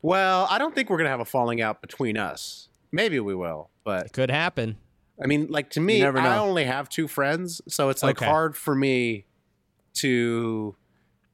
[SPEAKER 7] well, I don't think we're gonna have a falling out between us. Maybe we will, but
[SPEAKER 8] Could happen.
[SPEAKER 7] I mean, like to me,
[SPEAKER 9] You never
[SPEAKER 7] I
[SPEAKER 9] know.
[SPEAKER 7] only have two friends, so it's like
[SPEAKER 8] Okay.
[SPEAKER 7] hard for me to.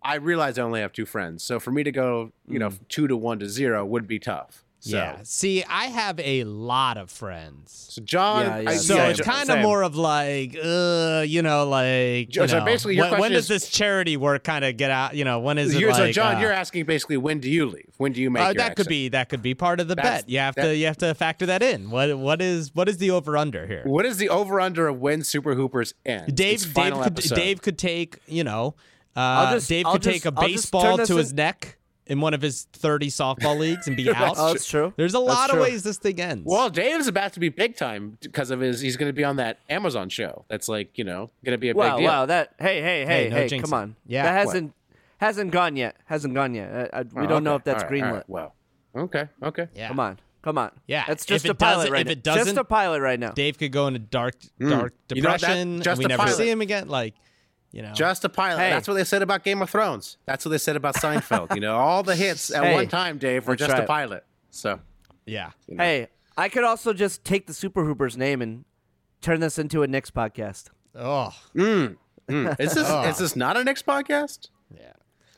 [SPEAKER 7] I realize I only have two friends, so for me to go, you know,
[SPEAKER 9] Hmm.
[SPEAKER 7] two to one to zero would be tough. So,
[SPEAKER 8] Yeah. See, I have a lot of friends.
[SPEAKER 7] so John,
[SPEAKER 9] Yeah, yeah,
[SPEAKER 7] I-
[SPEAKER 8] So
[SPEAKER 7] yeah,
[SPEAKER 8] it's
[SPEAKER 7] John-
[SPEAKER 8] kind of
[SPEAKER 7] same.
[SPEAKER 8] more of like, uh, you know, like,
[SPEAKER 7] Jo-
[SPEAKER 8] you
[SPEAKER 7] so
[SPEAKER 8] know,
[SPEAKER 7] basically your
[SPEAKER 8] when, when
[SPEAKER 7] question
[SPEAKER 8] does
[SPEAKER 7] is-
[SPEAKER 8] this charity work kind of get out? You know, when is it
[SPEAKER 7] You're- so
[SPEAKER 8] like,
[SPEAKER 7] John,
[SPEAKER 8] uh,
[SPEAKER 7] you're asking basically when do you leave? When do you make
[SPEAKER 8] uh,
[SPEAKER 7] your
[SPEAKER 8] that could
[SPEAKER 7] exit?
[SPEAKER 8] be that could be part of the
[SPEAKER 7] That's-
[SPEAKER 8] bet. You have to
[SPEAKER 7] that-
[SPEAKER 8] you have to factor that in. What what is what is the over under here?
[SPEAKER 7] What is the over under of when Super Hoopers end?
[SPEAKER 8] Dave
[SPEAKER 7] It's
[SPEAKER 8] Dave
[SPEAKER 7] final
[SPEAKER 8] could,
[SPEAKER 7] episode.
[SPEAKER 8] Dave could take you know uh,
[SPEAKER 9] just-
[SPEAKER 8] Dave
[SPEAKER 9] I'll
[SPEAKER 8] could
[SPEAKER 9] just-
[SPEAKER 8] take a
[SPEAKER 9] I'll just
[SPEAKER 8] baseball
[SPEAKER 9] turn
[SPEAKER 8] to
[SPEAKER 9] this
[SPEAKER 8] his
[SPEAKER 9] in-
[SPEAKER 8] neck in one of his thirty softball
[SPEAKER 7] <laughs>
[SPEAKER 8] leagues and be out.
[SPEAKER 9] Oh, that's true.
[SPEAKER 8] There's a
[SPEAKER 9] That's
[SPEAKER 8] lot of
[SPEAKER 9] true.
[SPEAKER 8] ways this thing ends.
[SPEAKER 7] Well, Dave's about to be big time because of his. He's going to be on that Amazon show. That's like you know going to be a big
[SPEAKER 9] Wow,
[SPEAKER 7] deal.
[SPEAKER 9] wow. That hey, hey, hey, hey,
[SPEAKER 8] Hey, no jinxing.
[SPEAKER 9] come on.
[SPEAKER 8] Yeah.
[SPEAKER 9] That
[SPEAKER 8] What?
[SPEAKER 9] hasn't hasn't gone yet. Hasn't gone yet. I, I, we
[SPEAKER 7] Oh,
[SPEAKER 9] don't know
[SPEAKER 7] okay.
[SPEAKER 9] if that's
[SPEAKER 7] All right, all
[SPEAKER 9] greenlit.
[SPEAKER 7] right. Well, okay, okay.
[SPEAKER 8] yeah.
[SPEAKER 9] Come on. Come on.
[SPEAKER 8] Yeah,
[SPEAKER 9] That's
[SPEAKER 8] if
[SPEAKER 9] just
[SPEAKER 8] it
[SPEAKER 9] a pilot
[SPEAKER 8] doesn't-
[SPEAKER 9] right
[SPEAKER 8] if
[SPEAKER 9] now.
[SPEAKER 8] it
[SPEAKER 9] Just
[SPEAKER 8] doesn't-
[SPEAKER 9] a pilot right now.
[SPEAKER 8] Dave could go into dark dark
[SPEAKER 7] Hmm. You know, that-
[SPEAKER 8] depression. and
[SPEAKER 7] just
[SPEAKER 8] we
[SPEAKER 7] a
[SPEAKER 8] never
[SPEAKER 7] pilot.
[SPEAKER 8] see him again. Like you know,
[SPEAKER 7] Just a pilot.
[SPEAKER 9] Hey.
[SPEAKER 7] That's what they said about Game of Thrones. That's what they said about Seinfeld. you know, all the hits at
[SPEAKER 9] Hey,
[SPEAKER 7] one time, Dave, were
[SPEAKER 9] that's
[SPEAKER 7] just a
[SPEAKER 9] right.
[SPEAKER 7] pilot. So
[SPEAKER 8] yeah.
[SPEAKER 9] Hey, I could also just take the Super Hoopers name and turn this into a next podcast.
[SPEAKER 8] Oh,
[SPEAKER 7] is
[SPEAKER 9] <laughs>
[SPEAKER 7] this is this not a next podcast?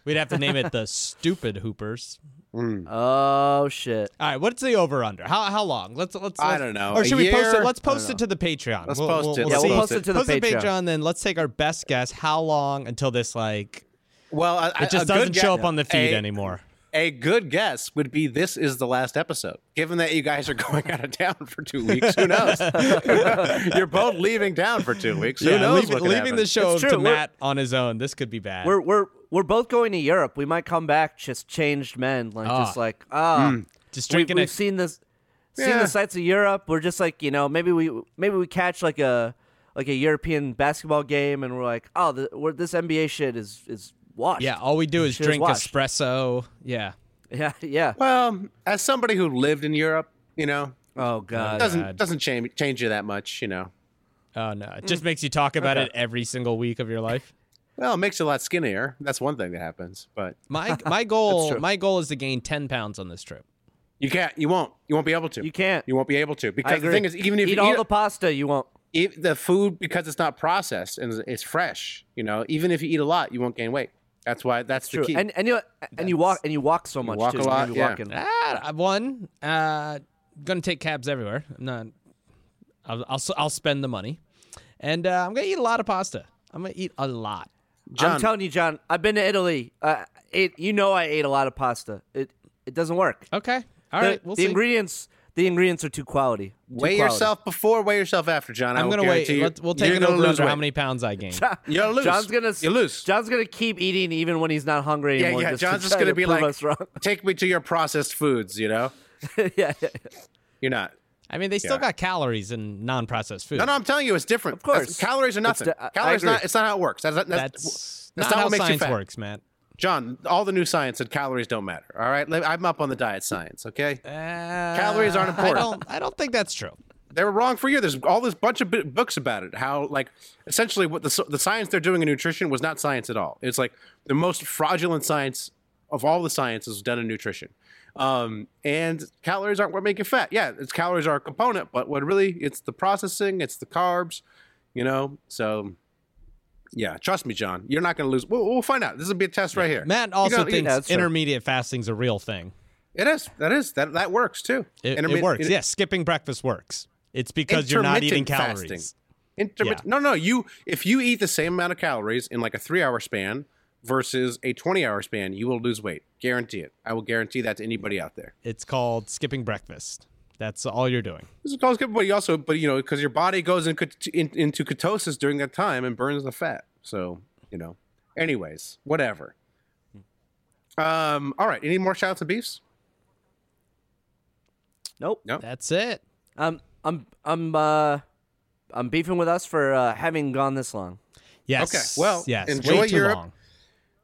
[SPEAKER 8] we'd have to name it the <laughs> stupid Hoopers.
[SPEAKER 9] Oh shit.
[SPEAKER 8] All right, what's the over under? How how long? Let's let's.
[SPEAKER 7] I
[SPEAKER 8] let's-
[SPEAKER 7] don't know,
[SPEAKER 8] Or
[SPEAKER 7] a
[SPEAKER 8] should we post
[SPEAKER 7] year?
[SPEAKER 8] it? Let's post it to the Patreon.
[SPEAKER 7] Let's post it.
[SPEAKER 9] Yeah, we'll
[SPEAKER 8] see.
[SPEAKER 9] post it to the
[SPEAKER 8] post it
[SPEAKER 9] Patreon.
[SPEAKER 8] Then let's take our best guess. How long until this like
[SPEAKER 7] Well, I,
[SPEAKER 8] it just doesn't show up on the
[SPEAKER 7] a,
[SPEAKER 8] feed anymore?
[SPEAKER 7] A good guess would be this is the last episode. Given that you guys are <laughs> going out of town for two weeks, who knows? <laughs> You're both leaving town for two weeks. Who knows?
[SPEAKER 8] leaving,
[SPEAKER 7] what could
[SPEAKER 8] leaving the
[SPEAKER 7] happen?
[SPEAKER 8] show
[SPEAKER 9] It's
[SPEAKER 8] to
[SPEAKER 9] true, we're-
[SPEAKER 8] Matt on his own. This could be bad.
[SPEAKER 9] We're we're we're both going to Europe. We might come back just changed men, like
[SPEAKER 8] Ah.
[SPEAKER 9] just like ah,
[SPEAKER 8] Just
[SPEAKER 9] we,
[SPEAKER 8] drinking
[SPEAKER 9] we've
[SPEAKER 8] a
[SPEAKER 9] seen this, seen
[SPEAKER 7] Yeah.
[SPEAKER 9] the sights of Europe. We're just like you know maybe we maybe we catch like a like a European basketball game, and we're like oh the, we're, this NBA shit is is washed.
[SPEAKER 8] yeah. All we do is
[SPEAKER 9] Shit
[SPEAKER 8] drink
[SPEAKER 9] washed.
[SPEAKER 8] espresso. Yeah.
[SPEAKER 9] <laughs> yeah yeah.
[SPEAKER 7] Well, as somebody who lived in Europe, you know,
[SPEAKER 9] Oh god.
[SPEAKER 7] doesn't
[SPEAKER 8] God.
[SPEAKER 7] doesn't change change you that much, you know.
[SPEAKER 8] Oh no! It
[SPEAKER 7] Mm.
[SPEAKER 8] just makes you talk about it every single week of your life.
[SPEAKER 7] Well, it makes you a lot skinnier. That's one thing that happens, but <laughs>
[SPEAKER 8] My my goal my goal is to gain ten pounds on this trip.
[SPEAKER 7] you can't. You won't. You won't be able to.
[SPEAKER 9] You can't.
[SPEAKER 7] You won't be able to
[SPEAKER 9] I
[SPEAKER 7] because
[SPEAKER 9] agree.
[SPEAKER 7] the thing is, even if
[SPEAKER 9] eat
[SPEAKER 7] you
[SPEAKER 9] all
[SPEAKER 7] eat-
[SPEAKER 9] the pasta, you won't.
[SPEAKER 7] eat the food because it's not processed and it's fresh, you know, even if you eat a lot, you won't gain weight. That's why that's
[SPEAKER 9] True.
[SPEAKER 7] the key.
[SPEAKER 9] And and you and you walk and you walk so much.
[SPEAKER 7] walk
[SPEAKER 9] too.
[SPEAKER 7] a
[SPEAKER 9] You're
[SPEAKER 7] lot,
[SPEAKER 9] gonna be
[SPEAKER 7] yeah.
[SPEAKER 9] walking.
[SPEAKER 8] Ah, I- one. Uh, gonna take cabs everywhere. I'm not. I'll I'll, s- I'll spend the money, and uh, I'm gonna eat a lot of pasta. I'm gonna eat a lot.
[SPEAKER 7] John,
[SPEAKER 9] I'm telling you, John. I've been to Italy. Uh, it, you know, I ate a lot of pasta. It it doesn't work.
[SPEAKER 8] Okay. All
[SPEAKER 9] the,
[SPEAKER 8] right. We'll
[SPEAKER 9] the
[SPEAKER 8] see.
[SPEAKER 9] ingredients the ingredients are too quality. Too
[SPEAKER 7] weigh
[SPEAKER 9] quality. <laughs>
[SPEAKER 7] yourself before, weigh yourself after, John. I
[SPEAKER 8] I'm
[SPEAKER 7] will
[SPEAKER 8] gonna wait.
[SPEAKER 7] guarantee You,
[SPEAKER 8] Let, we'll take
[SPEAKER 7] you're
[SPEAKER 8] an
[SPEAKER 7] gonna
[SPEAKER 8] over
[SPEAKER 7] lose
[SPEAKER 8] under how
[SPEAKER 7] weight.
[SPEAKER 8] many pounds
[SPEAKER 7] <laughs>
[SPEAKER 8] I gain.
[SPEAKER 7] You're loose.
[SPEAKER 9] John's gonna s-
[SPEAKER 7] You're loose.
[SPEAKER 9] John's gonna keep eating even when he's not hungry
[SPEAKER 7] yeah,
[SPEAKER 9] anymore.
[SPEAKER 7] yeah.
[SPEAKER 9] just
[SPEAKER 7] John's
[SPEAKER 9] to
[SPEAKER 7] just
[SPEAKER 9] try
[SPEAKER 7] gonna
[SPEAKER 9] to
[SPEAKER 7] be
[SPEAKER 9] prove
[SPEAKER 7] like,
[SPEAKER 9] us wrong. <laughs>
[SPEAKER 7] <laughs> take me to your processed foods, you know?
[SPEAKER 9] yeah, yeah,
[SPEAKER 7] You're not.
[SPEAKER 8] I mean, they still
[SPEAKER 7] Yeah.
[SPEAKER 8] got calories in non-processed food.
[SPEAKER 7] No, no, I'm telling you, it's different. Of
[SPEAKER 9] course.
[SPEAKER 7] calories are nothing.
[SPEAKER 9] de- I- I
[SPEAKER 7] calories,
[SPEAKER 9] agree.
[SPEAKER 7] not, it's not how it works. That's, that's,
[SPEAKER 8] that's,
[SPEAKER 7] that's
[SPEAKER 8] not,
[SPEAKER 7] not
[SPEAKER 8] how
[SPEAKER 7] what makes you
[SPEAKER 8] science
[SPEAKER 7] fat.
[SPEAKER 8] works, Matt.
[SPEAKER 7] John, all the new science said calories don't matter. All right. Let- I'm up on the diet science, okay?
[SPEAKER 8] Calories
[SPEAKER 7] aren't
[SPEAKER 8] I
[SPEAKER 7] important.
[SPEAKER 8] don't, I don't think that's true.
[SPEAKER 7] they were wrong for you. There's all this bunch of b- books about it. How like essentially what the the science they're doing in nutrition was not science at all. It's like the most fraudulent science of all the sciences done in nutrition. Um, and calories aren't what make you fat. Yeah, it's calories are a component, but what really it's the processing, it's the carbs, you know. So yeah, trust me, John, you're not going to lose. We'll, we'll find out. This will be a test right here.
[SPEAKER 8] Matt
[SPEAKER 7] You
[SPEAKER 8] also
[SPEAKER 7] gotta- you-
[SPEAKER 8] thinks
[SPEAKER 9] that's true.
[SPEAKER 8] intermediate fasting's a real thing.
[SPEAKER 7] it is. That is that that works too.
[SPEAKER 8] It,
[SPEAKER 7] Intermi-
[SPEAKER 8] it works.
[SPEAKER 7] it-
[SPEAKER 8] yes, skipping breakfast works. It's because you're not eating
[SPEAKER 7] intermittent
[SPEAKER 8] calories.
[SPEAKER 7] fasting. Intermittent. No, no. You if you eat the same amount of calories in like a three hour span versus a twenty hour span, you will lose weight. Guarantee it. I will guarantee that to anybody out there.
[SPEAKER 8] It's called skipping breakfast. That's all you're doing.
[SPEAKER 7] This is called but you also, but you know, because your body goes in, ket- in, into ketosis during that time and burns the fat. So you know. Anyways, whatever. Um. All right. Any more shout outs and beefs?
[SPEAKER 9] Nope.
[SPEAKER 7] No.
[SPEAKER 8] That's it.
[SPEAKER 9] Um, I'm I'm uh, I'm beefing with us for uh, having gone this long.
[SPEAKER 8] Yes.
[SPEAKER 7] Okay, well,
[SPEAKER 8] yes.
[SPEAKER 7] enjoy
[SPEAKER 8] way too
[SPEAKER 7] Europe.
[SPEAKER 8] long.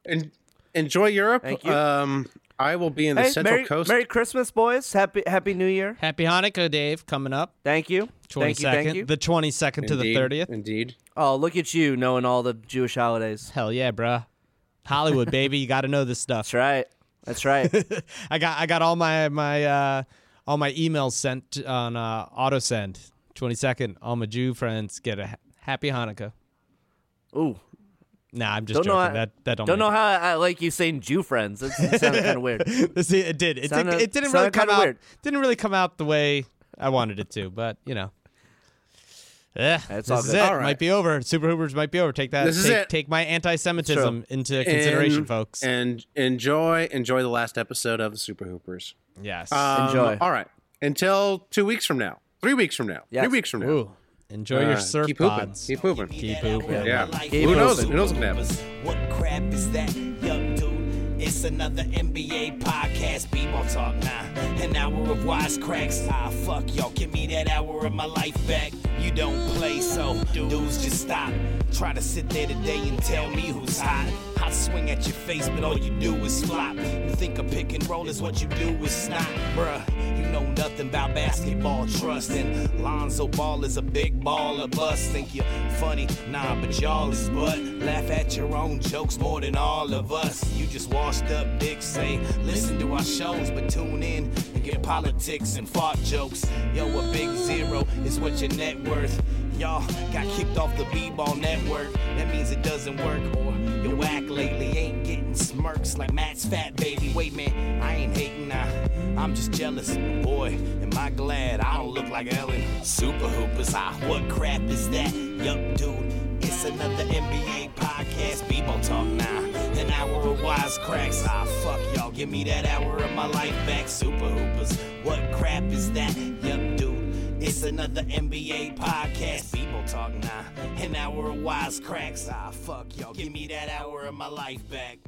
[SPEAKER 7] And enjoy Europe.
[SPEAKER 9] Thank you.
[SPEAKER 7] Um. I will be in the
[SPEAKER 9] hey,
[SPEAKER 7] Central
[SPEAKER 9] Merry,
[SPEAKER 7] Coast.
[SPEAKER 9] Merry Christmas, boys. Happy Happy New Year.
[SPEAKER 8] Happy Hanukkah, Dave, coming up.
[SPEAKER 9] Thank you.
[SPEAKER 8] Twenty
[SPEAKER 9] Thank you. Thank you.
[SPEAKER 8] second. The twenty second to the
[SPEAKER 7] Indeed,
[SPEAKER 8] thirtieth.
[SPEAKER 7] Indeed.
[SPEAKER 9] oh, look at you knowing all the Jewish holidays.
[SPEAKER 8] Hell yeah, bruh.
[SPEAKER 9] <laughs>
[SPEAKER 8] Hollywood, baby. You gotta know this stuff.
[SPEAKER 9] That's right. That's right.
[SPEAKER 8] I got I got all my my uh, all my emails sent on uh, auto send. Twenty second. All my Jew friends get a ha- happy Hanukkah.
[SPEAKER 9] Ooh.
[SPEAKER 8] Nah, I'm just
[SPEAKER 9] Don't know
[SPEAKER 8] joking.
[SPEAKER 9] how-
[SPEAKER 8] that that don't.
[SPEAKER 9] Don't know
[SPEAKER 8] make
[SPEAKER 9] how I like you saying Jew friends. That sounded kind of
[SPEAKER 8] <laughs>
[SPEAKER 9] weird.
[SPEAKER 8] it. See, it did. It,
[SPEAKER 9] Sounded-
[SPEAKER 8] did, it didn't really
[SPEAKER 9] sounded
[SPEAKER 8] come
[SPEAKER 9] kinda
[SPEAKER 8] out.
[SPEAKER 9] weird.
[SPEAKER 8] Didn't really come out the way I wanted it to. But you know. Eh, this
[SPEAKER 9] all
[SPEAKER 8] is
[SPEAKER 9] good.
[SPEAKER 8] it.
[SPEAKER 9] All right.
[SPEAKER 8] Might be over. Super Hoopers might be over. Take that.
[SPEAKER 7] This is
[SPEAKER 8] take,
[SPEAKER 7] it.
[SPEAKER 8] take my anti-Semitism into consideration,
[SPEAKER 7] and-
[SPEAKER 8] folks.
[SPEAKER 7] And enjoy enjoy the last episode of the Super Hoopers.
[SPEAKER 8] yes.
[SPEAKER 7] Um,
[SPEAKER 9] Enjoy.
[SPEAKER 7] All right. Until two weeks from now, three weeks from now,
[SPEAKER 9] Yes.
[SPEAKER 7] three weeks from now.
[SPEAKER 8] Ooh, enjoy
[SPEAKER 7] Uh,
[SPEAKER 8] your surf
[SPEAKER 7] keep hooping.
[SPEAKER 8] pods.
[SPEAKER 7] Keep hooping.
[SPEAKER 8] Keep hooping.
[SPEAKER 7] yeah.
[SPEAKER 9] Keep
[SPEAKER 7] Who knows?
[SPEAKER 9] hooping.
[SPEAKER 7] Who knows what happens?
[SPEAKER 10] What crap is that, young dude? It's another NBA podcast, b-ball talk now. An hour of wisecracks. Ah, fuck y'all, give me that hour of my life back. You don't play, so dudes just stop. Try to sit there today and tell me who's hot. I swing at your face, but all you do is flop. You think a pick and roll is what you do is snot, bruh. You know nothing about basketball trust. And Lonzo Ball is a big baller bust. Think you're funny? Nah, but y'all is butt. Laugh at your own jokes more than all of us. You just washed up dicks say, listen to our shows, but tune in and get politics and fart jokes. Yo, a big zero is what your net worth. Y'all got kicked off the B-Ball network. That means it doesn't work or your whack lately ain't getting smirks like Matt's fat baby. Wait, man, I ain't hating now. I'm just jealous. Boy, am I glad I don't look like Ellen. Super Hoopers, ah, what crap is that? Yup, dude, it's another NBA podcast. People talk now. An hour of wisecracks. Ah, fuck y'all, give me that hour of my life back. Super Hoopers, what crap is that? Yup, dude, it's another NBA podcast. People people talk now. An hour of wisecracks. Ah, fuck y'all. Give me that hour of my life back.